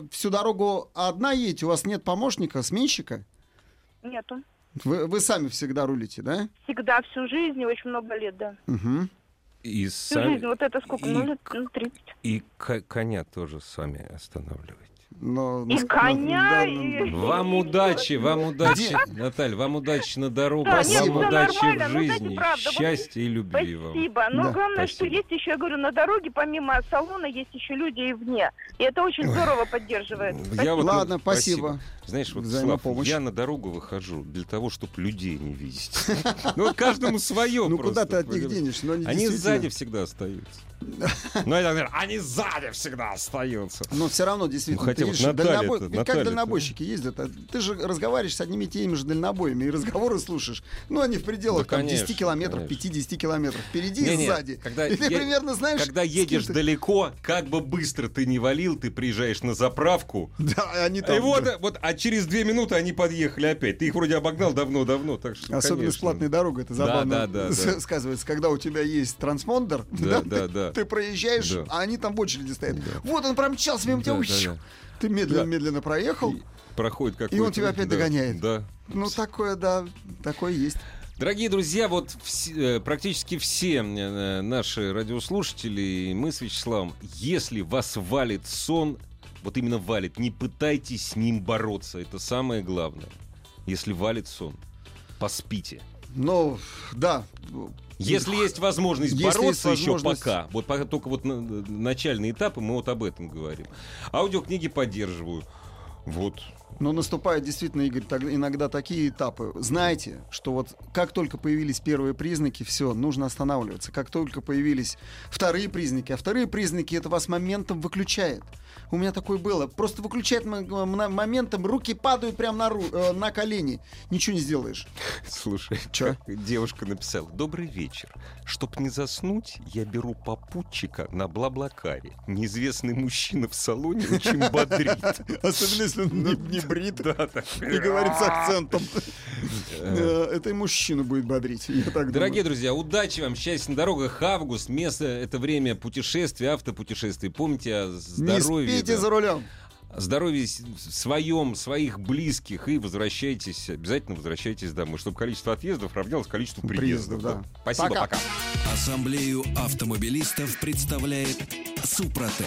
Speaker 2: э, всю дорогу одна едете? У вас нет помощника, сменщика?
Speaker 3: Э, Нету.
Speaker 2: Вы, вы сами всегда рулите, да?
Speaker 3: Всегда, всю жизнь, и очень много лет, да.
Speaker 2: Угу.
Speaker 1: И,
Speaker 3: Всю
Speaker 1: сами-
Speaker 3: жизнь, вот это сколько?
Speaker 1: и-
Speaker 3: Ну, лет ну, 30.
Speaker 1: и ко- коня тоже сами останавливаете.
Speaker 2: Но,
Speaker 7: И
Speaker 2: на-
Speaker 7: коня,
Speaker 2: на-
Speaker 7: и-
Speaker 2: да, ну,
Speaker 1: Вам удачи, вам удачи, Наталья, вам удачи на дорогах,
Speaker 7: Да,
Speaker 1: вам
Speaker 2: нет, всё
Speaker 1: удачи
Speaker 7: нормально,
Speaker 1: в
Speaker 7: ну, знаете,
Speaker 1: жизни,
Speaker 7: правда, вот
Speaker 1: счастья и любви вам.
Speaker 7: Спасибо. Но
Speaker 3: Ну,
Speaker 2: Да,
Speaker 7: главное, что
Speaker 1: спасибо.
Speaker 7: есть еще, я говорю, на дороге, помимо салона, есть еще люди и вне. И это очень здорово поддерживает.
Speaker 1: Я вот, ну,
Speaker 2: Ладно, спасибо.
Speaker 1: Знаешь, вот, Слав,
Speaker 2: Взаимопомощь.
Speaker 1: я на дорогу выхожу для того, чтобы людей не видеть. Ну, вот каждому свое
Speaker 2: Ну
Speaker 1: просто,
Speaker 2: куда ты от них
Speaker 1: понимаешь?
Speaker 2: денешься? Но они
Speaker 1: Они
Speaker 2: действительно-
Speaker 1: сзади всегда остаются. Ну, я так говорю, они сзади всегда остаются.
Speaker 2: Но все равно, действительно,
Speaker 1: Ну, хотя
Speaker 2: ты
Speaker 1: вот
Speaker 2: видишь,
Speaker 1: Наталья-то,
Speaker 2: дальнобой- ведь
Speaker 1: Наталья-то.
Speaker 2: как дальнобойщики ездят? а Ты же разговариваешь с одними и теми же дальнобоями и разговоры слушаешь. Ну, они в пределах
Speaker 1: Да,
Speaker 2: там, 10
Speaker 1: конечно,
Speaker 2: километров,
Speaker 1: конечно.
Speaker 2: 50 километров впереди и
Speaker 1: Не-не,
Speaker 2: сзади.
Speaker 1: когда
Speaker 2: и ты
Speaker 1: е-
Speaker 2: примерно знаешь...
Speaker 1: Когда
Speaker 2: с кем
Speaker 1: едешь
Speaker 2: ты-
Speaker 1: далеко, как бы быстро ты не валил, ты приезжаешь на заправку.
Speaker 2: Да, и они там...
Speaker 1: И вот,
Speaker 2: да.
Speaker 1: вот, а через две минуты они подъехали опять. Ты их вроде обогнал давно-давно, так что,
Speaker 2: Особенно с
Speaker 1: конечно.
Speaker 2: платной дорогой, это
Speaker 1: Да,
Speaker 2: забавно
Speaker 1: да, да,
Speaker 2: с-
Speaker 1: да.
Speaker 2: сказывается. Когда у тебя есть транспондер,
Speaker 1: Да,
Speaker 2: ты-
Speaker 1: да, да.
Speaker 2: ты проезжаешь,
Speaker 1: Да.
Speaker 2: а они там в очереди стоят. Вот он промчался мимо тебя.
Speaker 1: Да, да,
Speaker 2: ущу.
Speaker 1: да.
Speaker 2: Ты
Speaker 1: Да.
Speaker 2: медленно-медленно проехал.
Speaker 1: И Проходит какой-то...
Speaker 2: И он тебя опять
Speaker 1: да,
Speaker 2: догоняет.
Speaker 1: Да.
Speaker 2: Ну, такое, да, такое есть.
Speaker 1: Дорогие друзья, вот вс- э, практически все э, наши радиослушатели, и мы с Вячеславом, если вас валит сон, вот именно валит, не пытайтесь с ним бороться. Это самое главное. Если валит сон, поспите.
Speaker 2: Ну, да,
Speaker 1: Если есть возможность
Speaker 2: Если есть
Speaker 1: бороться еще
Speaker 2: возможность.
Speaker 1: пока, вот пока только вот на- на- начальные этапы, мы вот об этом говорим. Аудиокниги поддерживаю. Вот.
Speaker 2: Но наступают действительно, Игорь, так- иногда такие этапы. Знаете, что вот как только появились первые признаки, все, нужно останавливаться. Как только появились вторые признаки, а вторые признаки это вас моментом выключает. У меня такое было. Просто выключает м- м- моментом, руки падают прямо на, ру- э, на колени. Ничего не сделаешь.
Speaker 1: Слушай,
Speaker 2: Чё?
Speaker 1: как девушка написала. Добрый вечер. Чтоб не заснуть, я беру попутчика на Блаблакаре. Неизвестный мужчина в салоне очень бодрит.
Speaker 2: Особенно если он не, брит и говорит с акцентом. Э, Это и мужчину будет бодрить. я так
Speaker 1: Дорогие
Speaker 2: думаю.
Speaker 1: друзья, удачи вам, счастья на дорогах, август, место, это время путешествий, автопутешествий. Помните о
Speaker 2: не
Speaker 1: здоровье.
Speaker 2: спите
Speaker 1: да.
Speaker 2: за рулем.
Speaker 1: здоровье с- своем, своих близких и возвращайтесь, обязательно возвращайтесь домой, чтобы количество отъездов равнялось количеству приездов.
Speaker 2: Приездов, да.
Speaker 1: да. Спасибо,
Speaker 2: Пока.
Speaker 1: пока.
Speaker 4: Ассамблею автомобилистов представляет Супротек.